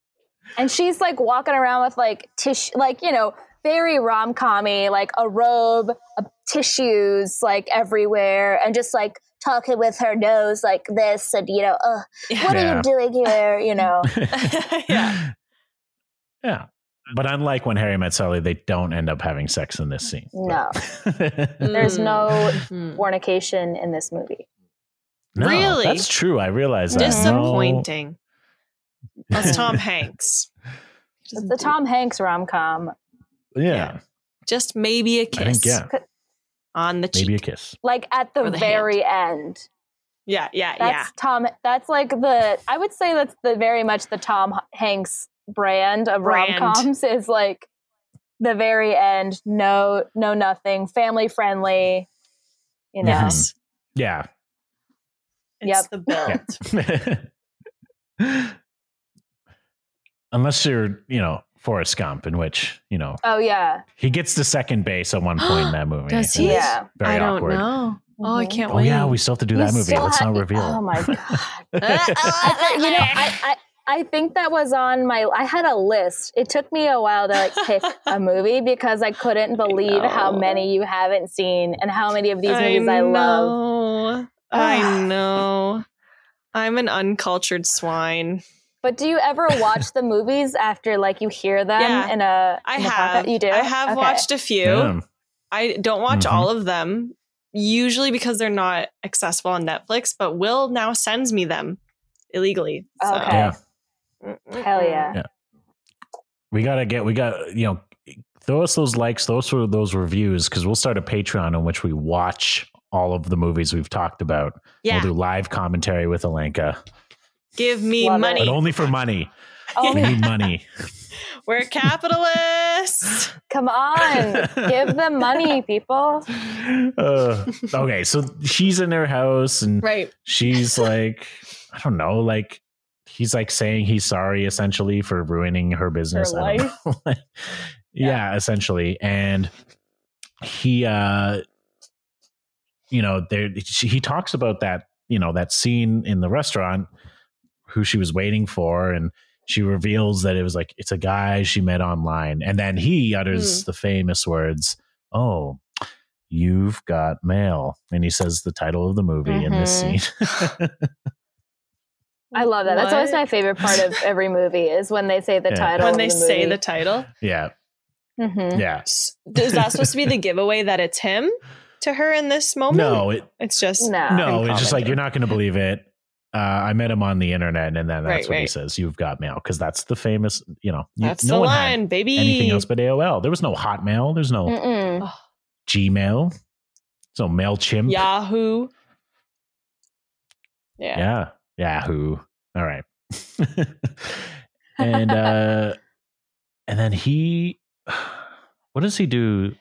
and she's like walking around with like tissue, like you know, very rom commy, like a robe, uh, tissues, like everywhere, and just like talking with her nose like this, and you know, Ugh, what are
Yeah.
you doing here? You know,
yeah.
yeah but unlike when harry met sally they don't end up having sex in this scene
no,
Mm.
there's no
Mm.
fornication in this movie.
No,
Really?
that's true i realize that. No-
Disappointing. That's Tom Hanks.
It's the Tom Hanks rom com.
yeah
Just maybe a
i
kiss
think yeah
on the cheek.
maybe a kiss
Like at the,
Or the
very end.
yeah, yeah,
That's Tom. That's like the. I would say that's the very much the Tom Hanks brand of rom
Brand.
coms is like the very end. No, no, nothing. Family friendly. You
yeah.
know.
Mhm.
Yes.
yeah
It's
Yep.
the build.
Unless you're, you know, Forrest Gump, in which, you know,
Oh yeah.
he gets to second base at one point in that movie.
Does he?
It's
Yeah.
Very
I don't
awkward.
know. Oh, I
Mhm.
can't
Oh,
wait.
yeah, we still have to do
You
that movie.
still
Let's
ha-
not reveal.
Oh my god.
Ah,
I, you know, I, I I think that was on my. I had a list. It took me a while to like pick a movie because I couldn't believe how
know.
many you haven't seen and how many of these movies I, love. Ah.
know. I know. I'm an uncultured swine.
But do you ever watch the movies after like you hear them
Yeah.
in a?
I
in a
have.
podcast? You do.
I have
Okay.
watched a few.
Yeah.
I don't watch
Mhm.
all of them, usually because they're not accessible on Netflix, but Will now sends me them illegally. So.
Okay.
yeah.
Mm-mm-mm.
Hell yeah.
We got to get, we got, you know, throw us those likes, throw us those reviews, because we'll start a Patreon in which we watch all of the movies we've talked about.
Yeah.
We'll do live commentary with Alenka,
Give me
Love it.
but
money.
only for money.
Oh,
We need money.
We're capitalists.
come on! Give them money, people.
Uh, okay, so she's in her house and
right.
she's like, I don't know, like he's like saying he's sorry essentially for ruining her business. I don't know. Like, yeah. essentially. And he uh you know, there she- he talks about that, you know, that scene in the restaurant who she was waiting for and she reveals that it was like it's a guy she met online and then he utters the famous words, "Oh, you've got mail." And he says the title of the movie in this
Mhm.
scene.
Mm-hmm.
I love that. That's always
What?
my favorite part of every movie is when they say the
Yeah.
title.
When
of
they
the
say the
movie.
title,
Yeah,
Mhm.
Mm-hmm.
yeah.
S- is that supposed to be the giveaway that it's him to her in this moment?
No, it,
It's just.
No.
no. It's just like
commenting.
you're not going to believe it. Uh, I met him on the internet, and then that's
Right,
what he
right.
says. You've got mail because that's the famous. You know, you-
That's
no
the
one had
line, Mm. baby.
anything else but AOL. There was no Hotmail. There's no
Mm-mm.
Gmail. So Mailchimp.
Yahoo. Yeah.
yeah, Yahoo. All right. and uh, and then he, what does he do?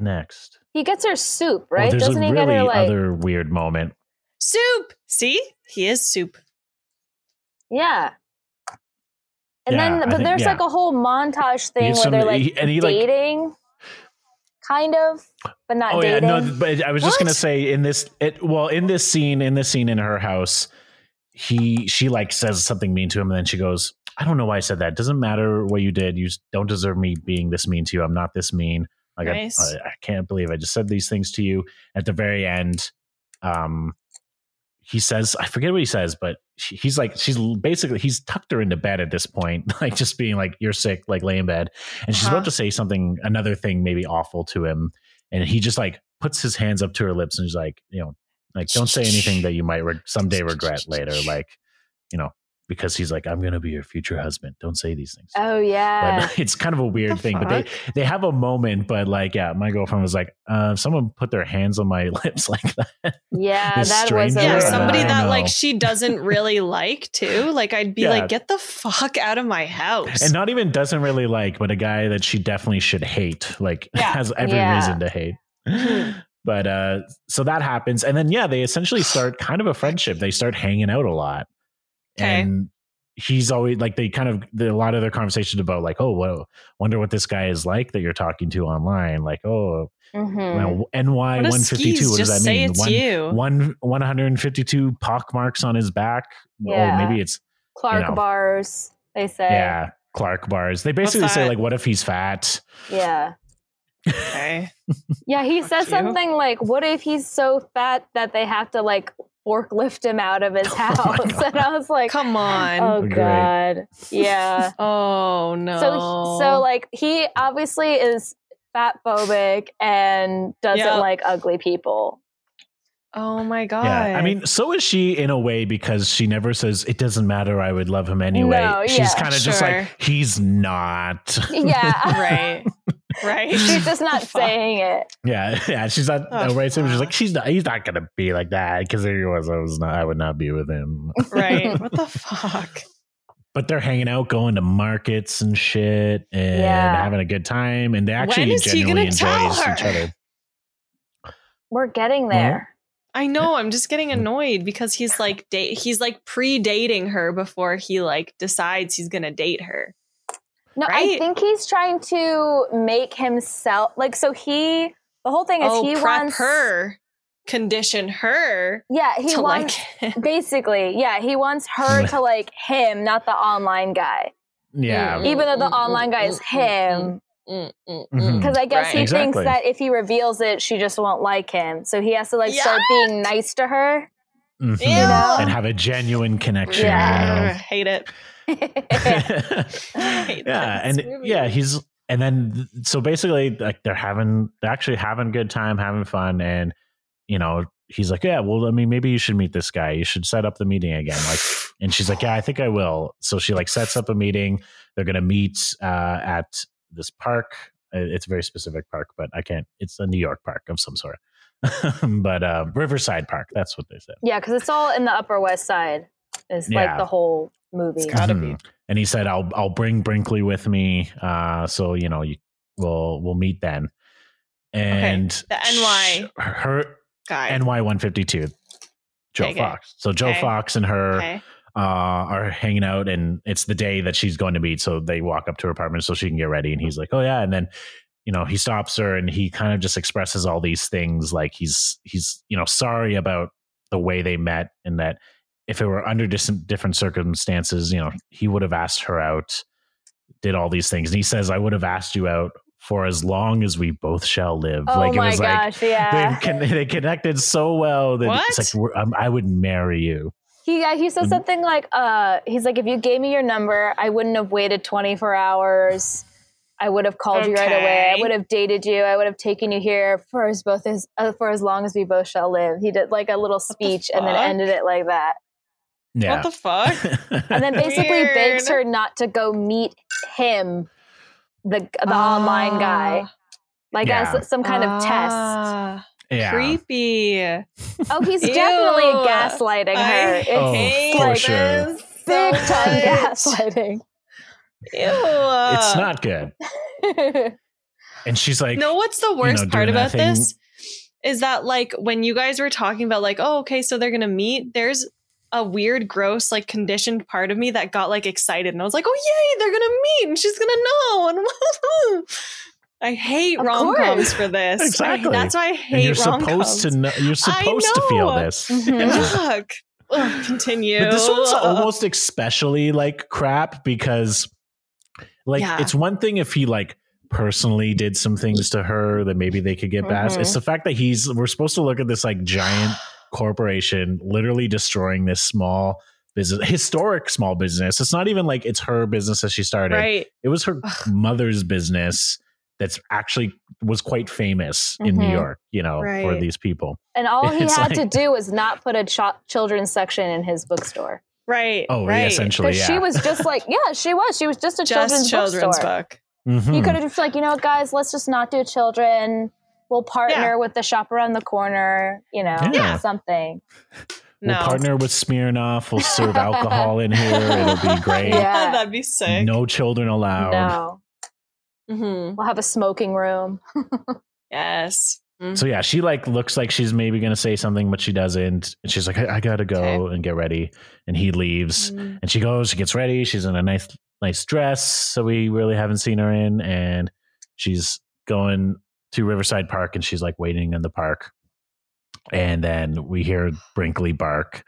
next?
He gets her soup,
Oh,
right?
there's
Doesn't
a
he
really
get her like?
other weird moment.
Soup. See, he is soup.
Yeah. And
Yeah, I
then, but
think-
there's
yeah.
like a whole montage
He
thing where
gets some-
they're like
he- and he, like-
dating, kind of, but not
oh yeah,
dating.
no. But I was just gonna
What?
say in this, it, well, in this scene, in this scene in her house, he she like says something mean to him, and then she goes, "I don't know why I said that. Doesn't matter what you did. You don't deserve me being this mean to you. I'm not this mean. Like I-
Nice.
I, I can't believe I just said these things to you." At the very end, um, he says, I forget what he says, but she, he's like, she's l- basically, he's tucked her into bed at this point, like just being like, you're sick, like lay in bed. And she's
Uh-huh.
about to say something, another thing maybe awful to him. And he just like puts his hands up to her lips and he's like, you know, like, don't say anything that you might re- someday regret later. Like, you know, because he's like, I'm going to be your future husband. Don't say these things.
oh yeah,
But it's kind of a weird
The
thing, but they, they have a moment, but like, yeah, my girlfriend was like, uh, someone put their hands on my lips like that.
yeah,
This
that was a
stranger uh,
Yeah,
weird
I
somebody
one.
don't
that like
know.
she doesn't really like too. Like I'd be
Yeah.
like, get the fuck out of my house.
and not even doesn't really like, but a guy that she definitely should hate, like
Yeah. Hmm.
has every
Yeah.
reason to hate. But uh, so that happens, and then yeah, they essentially start kind of a friendship. They start hanging out a lot,
Okay.
and he's always like they kind of the, a lot of their conversations about like oh whoa, wonder what this guy is like that you're talking to online, like oh
Mhm.
well, NY
Hmm. what a
one fifty two,
skis,
what does
just
that
say
mean?
it's
One-
you.
One one hundred and fifty two pock marks on his back.
Yeah.
Oh, maybe it's
Clark
you know.
bars. They say, yeah,
yeah. Clark bars. They basically say
that?
like, "What if he's fat?"
yeah,
okay.
He
Fuck
says
you.
something like, "What if he's so fat that they have to like forklift him out of his
Oh my
house?" and I was like,
Come on.
"Oh
Great.
god, yeah."
Oh no.
So so like he obviously is fat phobic and doesn't
Yeah.
like ugly people.
oh my god.
Yeah, I mean, so is she in a way because she never says it doesn't matter. I would love him anyway.
No,
She's
yeah,
kind of just
sure.
like he's not.
Yeah.
right. Right.
She's just not
Fuck.
saying it.
yeah, yeah. She's not
Oh,
right. So she's
fuck.
like she's not. He's not gonna be like that because if he was, I was not. I would not be with him.
Right. What the fuck?
But they're hanging out, going to markets and shit, and
Yeah.
having a good time. And they actually
When is he
genuinely
gonna tell
enjoy each
her?
other.
We're getting
Mm-hmm.
there.
I know. I'm just getting annoyed because he's like date. He's like pre-dating her before he like decides he's gonna date her.
No, I
Right?
think he's trying to make himself like so he the whole thing is
oh,
he
prep
wants
her, condition her
Yeah, he
to
wants
like.
basically, yeah, he wants her to like him, not the online guy.
Yeah,
Mm.
Even though the
Mm, mm,
online guy is
mm, mm,
him.
Mm, mm,
Mhm.
mm.
Because I guess
Right.
he
Exactly.
thinks that if he reveals it, she just won't like him. So he has to like start being nice to her.
Mhm.
Mm, Ew.
and have a genuine connection.
Yeah.
You know?
Ugh, hate it. hate
yeah,
that.
and
It's really
yeah,
weird.
he's and then th- so basically like they're having they're actually having a good time, having fun, and you know he's like, yeah, well, I mean, maybe you should meet this guy. You should set up the meeting again, like. And she's like, yeah, I think I will. So she like sets up a meeting. They're gonna meet uh, at this park. Uh, It's a very specific park, but I can't. It's a New York park of some sort, but uh, Riverside Park. That's what they said.
yeah, because it's all in the Upper West Side. Is
Yeah.
like the whole movie.
gotta be.
Mhm. And he said, "I'll I'll bring Brinkley with me, uh, so you know you we'll we'll meet then." And
the NY.
sh- her
guy.
NY one fifty two, Joe
Okay.
Fox. So Joe
Okay.
Fox and her
okay.
uh, are hanging out, and it's the day that she's going to meet. So they walk up to her apartment so she can get ready, and he's like, "Oh yeah," and then. You know, he stops her and he kind of just expresses all these things like he's he's you know sorry about the way they met and that if it were under dis- different circumstances, you know, he would have asked her out, did all these things. And he says, I would have asked you out for as long as we both shall live.
Oh my
like
gosh, yeah.
they, con- they connected so well that it's
What?
like, we're, um, I would marry you.
He yeah, he says
Mhm.
something like, uh he's like, if you gave me your number, I wouldn't have waited twenty four hours. I would have called you right away. I
Okay.
would have dated you. I would have taken you here for as both as uh, for as long as we both shall live. He did like a little speech and then
fuck?
ended it like that.
Yeah.
What the fuck?
and then basically
Weird.
begs her not to go meet him, the the online guy, like
Yeah.
as some kind of test.
Ah,
yeah.
Creepy.
Oh, he's
Ew.
definitely gaslighting her.
I
It's
Oh,
hate
for
this so
sure.
big time
much.
gaslighting.
Ew.
It's not good. and she's like,
uh, no, what's the worst
know,
part
doing
about
that thing-
this is that like when you guys were talking about like, oh, okay, so they're gonna meet, there's a weird, gross, like conditioned part of me that got like excited and I was like, oh yay, they're gonna meet and she's gonna know. And woo-hoo. I hate
Of
rom coms
course.
for this. I-
Exactly.
that's why I
and you're
hate rom coms.
supposed to know. You're supposed to feel
know. Mm-hmm.
this.
Mhm.
Ugh. Ugh, continue.
But this one's
Ugh.
almost especially like crap because like
Yeah.
it's one thing if he like personally did some things to her that maybe they could get past.
Mhm.
Mm-hmm.
It's the fact that he's we're supposed to look at this like giant corporation literally destroying this small business historic small business. It's not even like it's her business that she started.
right.
It was her
Ugh.
mother's business that's actually was quite famous in New
Mhm.
York, you know, for
Right.
these people.
And all he
It's
had
like-
to do was not put a cho- children's section in his bookstore.
Right.
Oh,
right.
essentially,
Because
yeah.
she was just like, yeah, she was. She was just a
Just
children's,
children's
bookstore.
book.
Mhm.
You could have just like, you know what, guys, let's just not do children. We'll partner
Yeah.
with the shop around the corner, you know,
Yeah.
something.
No.
We'll partner with Smirnoff. We'll serve alcohol in here. It'll be great.
Yeah.
That'd be sick.
No children allowed.
No.
Mhm.
We'll have a smoking room.
Yes. Mhm.
So yeah, she like looks like she's maybe gonna say something, but she doesn't. And she's like, I, I gotta go
Okay.
and get ready. And he leaves.
Mm.
And she goes, she gets ready. She's in a nice, nice dress. So we really haven't seen her in. And she's going to Riverside Park and she's like waiting in the park. And then we hear Brinkley bark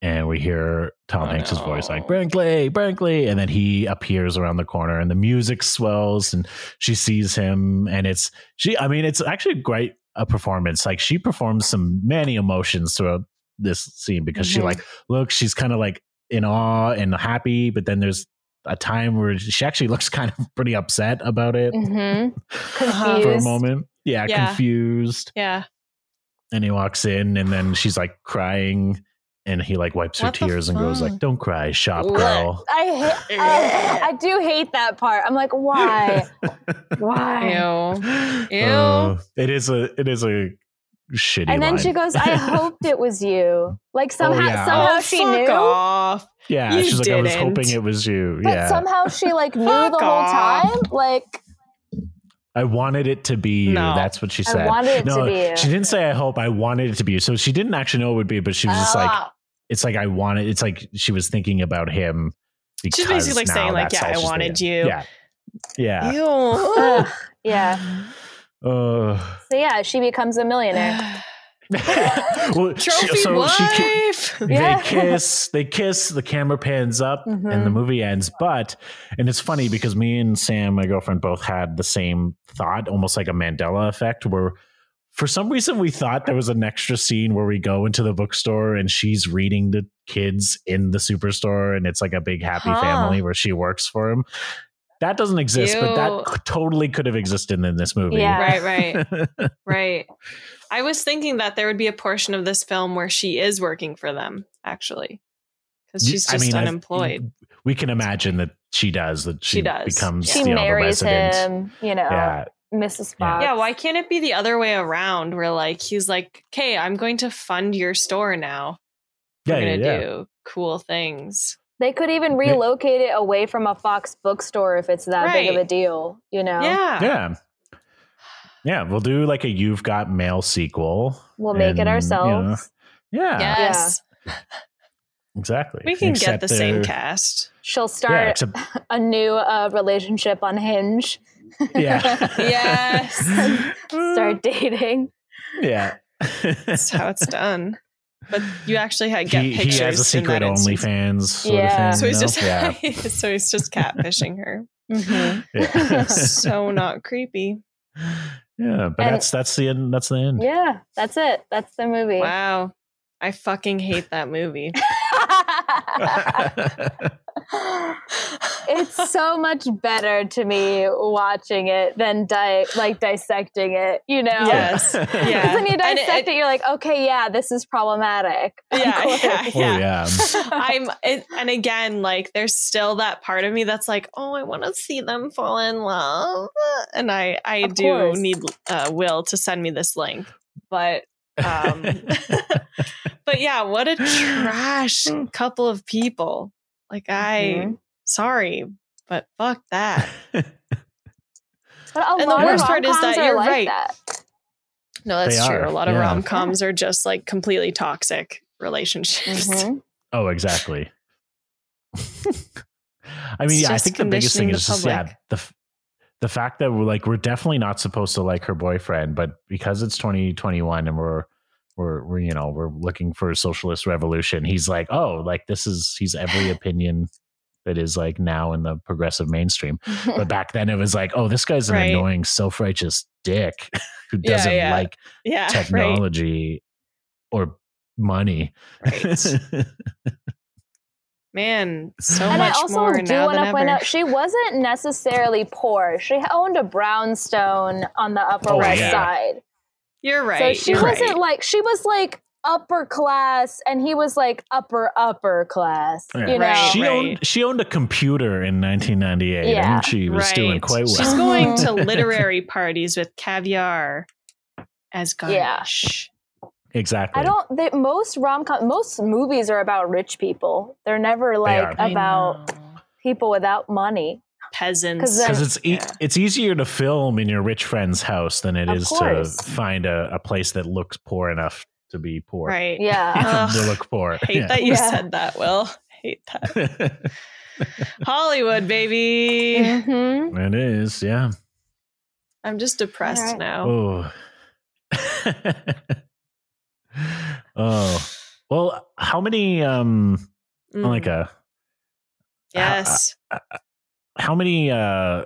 and we hear Tom
Oh,
Hanks's
no.
voice like, Brinkley, Brinkley. And then he appears around the corner and the music swells and she sees him. And it's, she, I mean, it's actually great a performance. Like she performs some many emotions throughout this scene because she
Mhm.
like looks, she's kind of like in awe and happy, but then there's a time where she actually looks kind of pretty upset about it
Mm-hmm.
hmm
for a
Confused.
moment. Yeah,
Yeah.
confused.
Yeah.
And he walks in and then she's like crying and he like wipes
What
her
the
tears and goes like,
fuck?
"Don't cry, shop
What?
girl."
I, hate. I, I do hate that part. I'm like, why?
Ah.
Why?
Ew. Ew.
Uh, Oh, it is a it is a shitty
And then
line.
she goes, I hoped it was you. Like somehow
yeah.
somehow
oh,
she
fuck
knew.
off.
Yeah,
"You
she's like I was
didn't."
hoping it was you.
But
yeah.
somehow she like knew the
Fuck
whole
off.
time. Like
I wanted it to be you.
No.
That's what she
I
said.
wanted it
no,
to be you.
she didn't say I hope. I wanted it to be you. So she didn't actually know it would be, but she was just like,
Ah.
it's like I wanted. It's like she was thinking about him. Because
She's basically like
now
saying, like,
that's
yeah,
all
I
she's
wanted
thinking.
you.
Yeah, yeah.
Ugh.
Ew.
yeah.
Uh,
So yeah, she becomes a millionaire.
well, she-
Trophy
so she ki-
wife.
Yeah.
they kiss. They kiss. The camera pans up, and the
Mhm.
movie ends. But and it's funny because me and Sam, my girlfriend, both had the same thought, almost like a Mandela effect, where. For some reason, we thought there was an extra scene where we go into the bookstore and she's reading the kids in the superstore, and it's like a big happy
Huh.
family where she works for him. That doesn't exist, but that
Ew.
c- totally could have existed in this movie.
Yeah.
Right, right, right. I was thinking that there would be a portion of this film where she is working for them, actually, because
You-
she's
I
just
mean, I-
unemployed.
we can imagine that she does that she,
She does.
becomes
Yeah.
She
you know, the
marries
resident.
him, you know,
yeah
Mrs.
Yeah.
Fox.
Yeah, why can't it be the other way around where like he's like, "Okay, I'm going to fund your store now.
yeah
We're
yeah,
going to
yeah.
do cool things."
They could even relocate it away from a Fox bookstore if it's that big of a
Right.
deal, you know.
Yeah.
yeah yeah we'll do like a you've got mail sequel
We'll make
And,
it
you know,
ourselves.
yeah
Yes.
exactly
We can get
Except
the same
they're-
cast.
She'll
yeah,
start
except,
a new uh, relationship on Hinge.
yeah Uh,
Yes.
Start dating.
yeah
That's how it's done. But you actually had get
he, he
pictures.
has a
in that
secret
instance.
OnlyFans sort
Yeah.
of thing.
So he's
you know?
just
yeah.
so he's just catfishing her. Mm-hmm.
yeah.
so not creepy.
Yeah, but that's that's the end. That's the end.
Yeah, that's it. That's the movie.
Wow. I fucking hate that movie.
it's so much better to me watching it than di- like dissecting it, you know?
Yeah. Yes. Yeah.
Because when you
And it-
dissect it, you're like, okay, yeah, this is problematic.
Yeah, yeah,
Oh
yeah.
yeah.
I'm it, and again like there's still that part of me that's like, "Oh, I want to see them fall in love." And I I
Of
do
course.
need uh, Will to send me this link. But um but yeah, what a trash
Hmm.
couple of people.
Mm-hmm.
Like I sorry, but fuck that.
But a
And the
lot
worst
of
part is
rom-coms
that
are
you're
like
right.
That.
No, that's
They
true.
are,
A lot of
yeah.
rom coms are just like completely toxic relationships.
Mhm.
Oh, exactly. I mean,
It's
yeah, I
just
think the biggest thing
conditioning the
is just yeah,
public.
the f- the fact that we're like we're definitely not supposed to like her boyfriend, but because it's 2021 and we're we're, we're you know we're looking for a socialist revolution, he's like, oh, like this is he's every opinion that is like now in the progressive mainstream. But back then it was like, oh, this guy's an
Right.
annoying self righteous dick who
Yeah,
doesn't
yeah.
like
Yeah. Right.
technology or money.
right. Man, so
and I
much
also
more
do
now
want
than
to point
ever.
out she wasn't necessarily poor. She owned a brownstone on the Upper
Oh,
West
yeah.
Side,
You're right.
so she
you're
wasn't
right.
like she was like upper class, and he was like upper upper class.
Yeah.
You know,
Right.
she
Right.
owned she owned a computer in 1998
Yeah.
and she was doing
Right.
quite well.
She's going to literary parties with caviar as
Yeah.
garnish.
exactly.
I don't. They, most rom com, most movies are about rich people. They're never like
I
about
know.
people without money.
peasants.
'Cause then-
because it's e-
Yeah.
it's easier to film in your rich friend's house than it
Of
is
course.
to find a, a place that looks poor enough to be poor.
Right.
Yeah.
Yeah,
Ugh.
to look poor.
Hate that you
Yeah.
said that, Will. Hate that.
Yeah.
Hollywood, baby.
hmm
it is, yeah.
I'm just depressed
Alright.
now.
Oh. oh. Well, how many um
Mm.
like uh, a
yes.
how many uh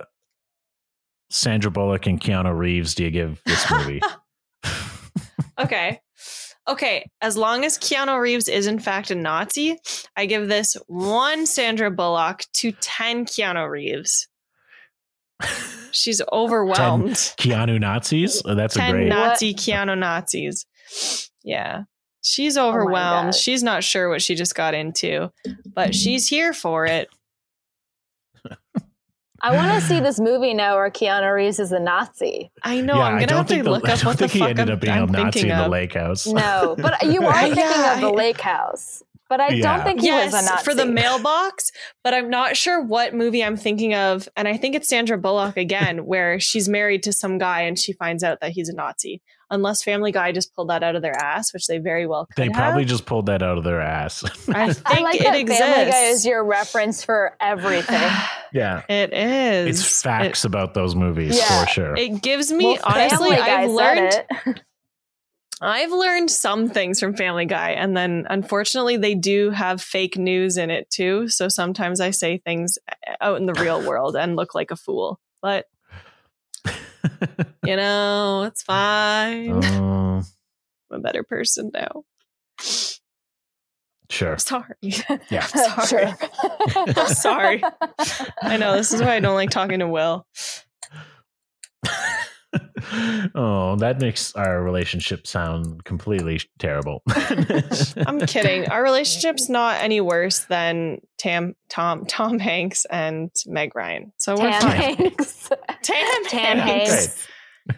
Sandra Bullock and Keanu Reeves do you give this movie?
Okay. Okay. As long as Keanu Reeves is in fact a Nazi, I give this one Sandra Bullock to 10 Keanu Reeves. She's overwhelmed. 10,
Keanu Nazis? Oh, that's a great.
Nazi Keanu Nazis. Yeah. She's
Oh my
overwhelmed.
God.
she's not sure what she just got into, but she's here for it.
I want to see this movie now where Keanu Reeves is a Nazi.
I know.
Yeah,
I'm
I
gonna
don't
have to
think the-
look
I
up
don't
what the
think he
fuck
ended
I'm,
up being
I'm
a Nazi
thinking
in the
of.
lake house.
No, but you are
Yeah,
thinking of the
I-
Lake House. But I
Yeah.
don't think he
yes,
was a Nazi
for the mailbox, but I'm not sure what movie I'm thinking of, and I think it's Sandra Bullock again, where she's married to some guy and she finds out that he's a Nazi. Unless Family Guy just pulled that out of their ass, which they very well could
They probably
have.
just pulled that out of their ass.
I
I
think
like
it
that
exists.
Family Guy is your reference for everything.
yeah.
it is.
It's facts about those movies
Yeah.
for sure.
It, it gives me honestly.
Family Guy
I've
said
learned.
it.
I've learned some things from Family Guy, and then unfortunately, they do have fake news in it too. So sometimes I say things uh, out in the real world and look like a fool, but you know, it's fine.
Um,
I'm a better person now.
sure.
I'm sorry.
Yeah.
Sorry.
Sure.
Sorry. I know this is why I don't like talking to Will.
oh, that makes our relationship sound completely terrible.
I'm kidding. Our relationship's not any worse than Tam, Tom, Tom Hanks and Meg Ryan. So we're
Tam
fine.
Hanks.
Tam,
Tam
Hanks.
Hanks.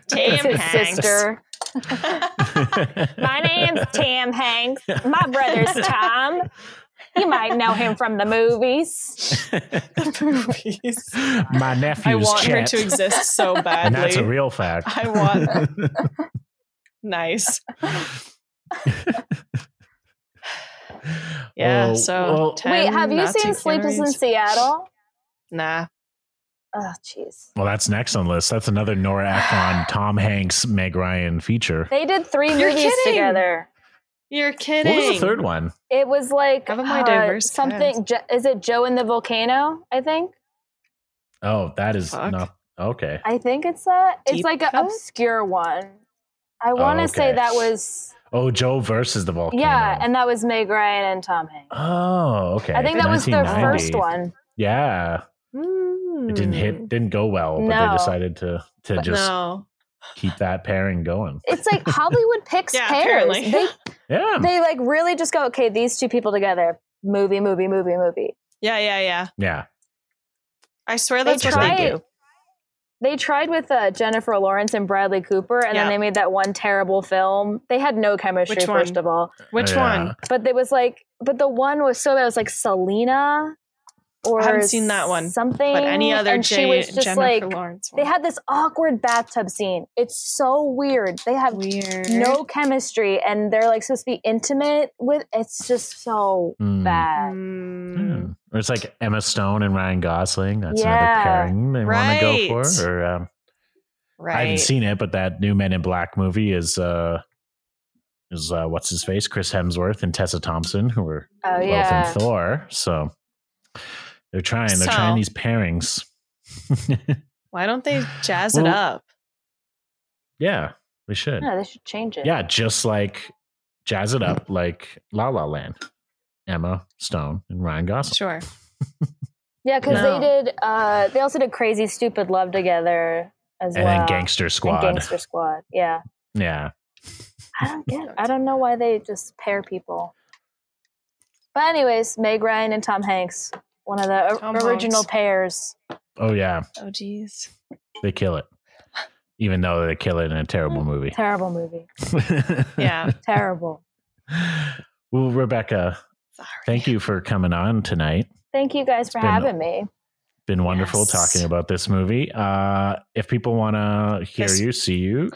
Tam
It's his
Hanks.
sister. My name's Tam Hanks. My brother's Tom. You might know him from the movies.
Movies.
My nephew's
I want
cat.
her to exist so
and that's a
badly.
real fact.
I want her. Nice. Yeah.
Well-
so
well,
10
Wait, have you
Nazi
seen Sleepless in
calories.
Seattle?
Nah.
Oh, jeez.
well, that's next on the list. That's another Nora Ephron, Tom Hanks, Meg Ryan feature.
They did 3
You're
movies
kidding.
together.
You're
What
kidding.
was the third one?
It was like
Haven't my
uh,
diverse
something. Jo- is it Joe and the Volcano? I think.
Oh, that is
Fuck.
not okay.
I think it's that.
Deep
It's like an
Cut?
obscure one. I want to say
Oh, okay.
that was
Oh, Joe versus the volcano.
yeah, and that was Meg Ryan and Tom Hanks.
oh, okay.
I think that was their
1990.
first one.
Yeah, it didn't
Hmm.
hit, didn't go well, but they
No.
decided to to
But
just
no.
keep that pairing going.
It's like Hollywood picks
Yeah,
pairs.
apparently.
They
Yeah,
they like really just go okay, these two people together. Movie, movie, movie, movie.
Yeah, yeah, yeah.
yeah.
I swear
They
that's what they
tried-
do.
They tried with uh, Jennifer Lawrence and Bradley Cooper, and
Yeah.
then they made that one terrible film. They had no chemistry,
Which one?
first of all.
Which
Oh, Yeah.
one?
But there was like, but the one was so bad. It was like Selena or
haven't seen that one,
Something,
But any other
and she
J-
was just
Jennifer
like,
Lawrence
they
one.
had this awkward bathtub scene. It's so weird. They have
weird.
no chemistry, and they're like supposed to be intimate with. It's just so
Mm.
Hmm.
bad.
Mm.
Mm. Or it's like Emma Stone and Ryan Gosling. That's
Yeah.
another pairing they want
Right.
to go for. Or, um,
Right.
I haven't seen it, but that new Men in Black movie is uh, is uh, what's his face, Chris Hemsworth and Tessa Thompson, who were
Oh
both
yeah,
in Thor. So they're trying. They're
So-
trying these pairings.
Why don't they jazz it
Well-
up?
yeah, we should.
no, they should change it.
Yeah, just like jazz it up, like La La Land. Emma Stone and Ryan Gosling.
Sure.
yeah, because
No.
they did. Uh, they also did Crazy Stupid Love together as
And
well.
then Gangster
And
Squad.
Gangster Squad. Yeah,
Yeah.
I don't get. I don't know why they just pair people. But anyways, Meg Ryan and Tom Hanks, one of the o-
Tom
original
Hanks.
pairs.
Oh yeah,
Oh geez.
they kill it. Even though they kill it in a terrible movie.
Terrible movie.
Mm. Yeah.
Terrible.
Well, Rebecca,
Sorry.
thank you for coming on tonight.
Thank you guys for
been-
having me.
Been wonderful
Yes.
talking about this movie. Uh, if people want to hear
Yes.
you, see you,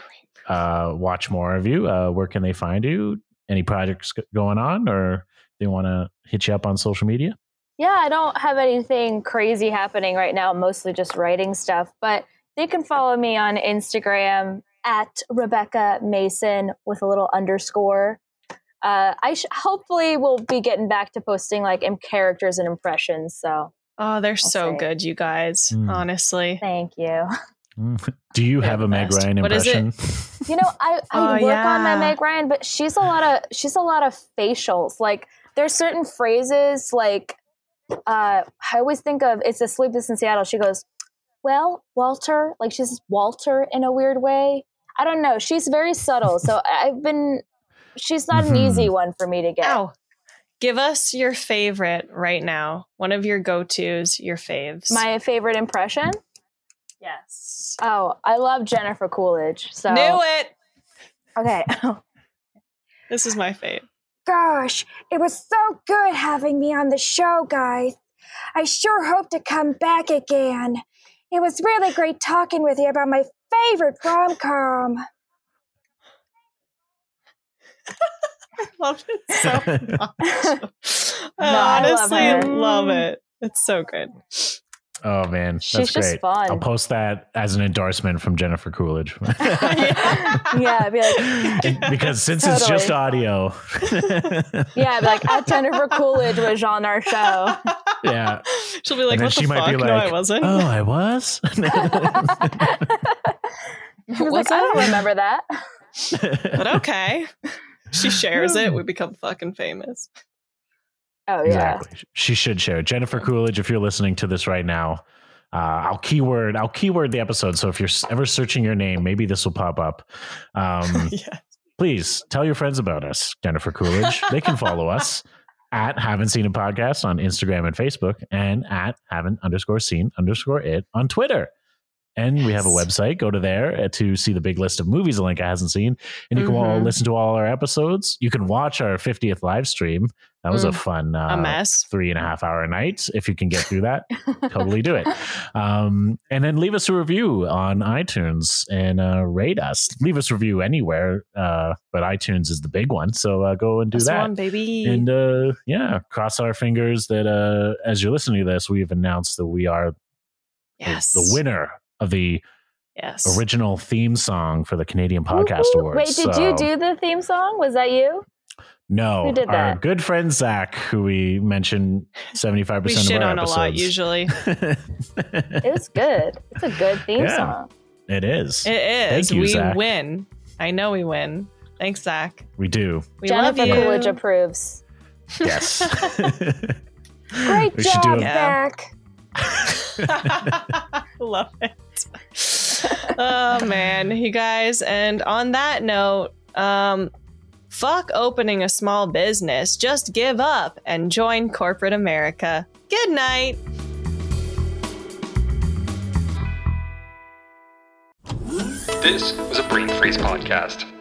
uh, watch more of you, uh, where can they find you? Any projects g- going on, or they want to hit you up on social media?
Yeah, I don't have anything crazy happening right now, mostly just writing stuff, but you can follow me on Instagram at Rebecca Mason with a little underscore. Uh, I sh- hopefully will be getting back to posting like im- characters and impressions. So
Oh, they're so
say.
good, you guys.
Mm.
Honestly.
thank you.
Mm. Do you
They're
have
the
a Meg
best.
Ryan
What is it?
impression?
You know, I, I
Oh,
work on my
yeah.
Meg Ryan, but she's a lot of she's a lot of facials. Like there's certain phrases like uh, I always think of it's a sleepless in Seattle. She goes, Well, Walter, like she says Walter in a weird way. I don't know. She's very subtle. So I- I've been she's not an
Mm-hmm.
Mhm.
easy one for me to get.
Ow. Give us your favorite right now. One of your go-tos, your faves.
My favorite impression?
yes.
Oh, I love Jennifer Coolidge. So
Knew it.
okay.
This is my fave.
Gosh, it was so good having me on the show, guys. I sure hope to come back again. It was really great talking with you about my favorite rom com.
Love it so much. I
I love
honestly
her.
love it. It's so good.
oh man, that's
She's just
great.
fun.
I'll post that as an endorsement from Jennifer Coolidge.
yeah, I'd be like
because since it's just audio,
yeah, I'd be like at Jennifer Coolidge was on our show.
yeah.
She'll be like,
And then
"What the
she
fuck?
might be
no, I
like,
wasn't.
Oh, I was.
She was like, I don't remember that.
but okay. She shares it. We become fucking famous.
Oh yeah.
exactly. She should share. Jennifer Coolidge, if you're listening to this right now, uh, I'll keyword. I'll keyword the episode. So if you're ever searching your name, maybe this will pop up. Um,
Yeah.
please tell your friends about us, Jennifer Coolidge. they can follow us at Haven't Seen a Podcast on Instagram and Facebook, and at Haven't underscore Seen underscore It on Twitter. And we have a
Yes.
website. Go to there uh, to see the big list of movies Alinka hasn't seen, and you can all
Mhm.
listen to all our episodes. You can watch our 50th live stream. That was a fun uh,
Mm. a mess.
three and a half hour nights. If you can get through that, totally do it. Um, and then leave us a review on iTunes and uh, rate us. Leave us a review anywhere, uh, but iTunes is the big one. So uh, go and do
That's
that.
one, baby.
And uh, yeah, cross our fingers that uh, as you're listening to this, we've announced that we are
yes.
the winner of the
Yes.
original theme song for the Canadian Podcast
Woo-hoo.
Awards.
Wait, did
So-
you do the theme song? Was that you?
No,
Who did
our
that?
good friend Zach, who we mentioned 75%
We
of
shit
our
on
episodes.
a lot usually.
It was good. It's a good theme
Yeah.
song.
It is.
It is.
you,
we
Zach.
win. I know we win. Thanks, Zach.
we do.
We
Jennifer
love you.
Coolidge approves.
Yes.
Great
We should do
job,
a-
Yeah.
Zach.
love it. oh man, you guys. And on that note, um, fuck opening a small business. Just give up and join corporate America. Good night.
This was a Brain Freeze podcast.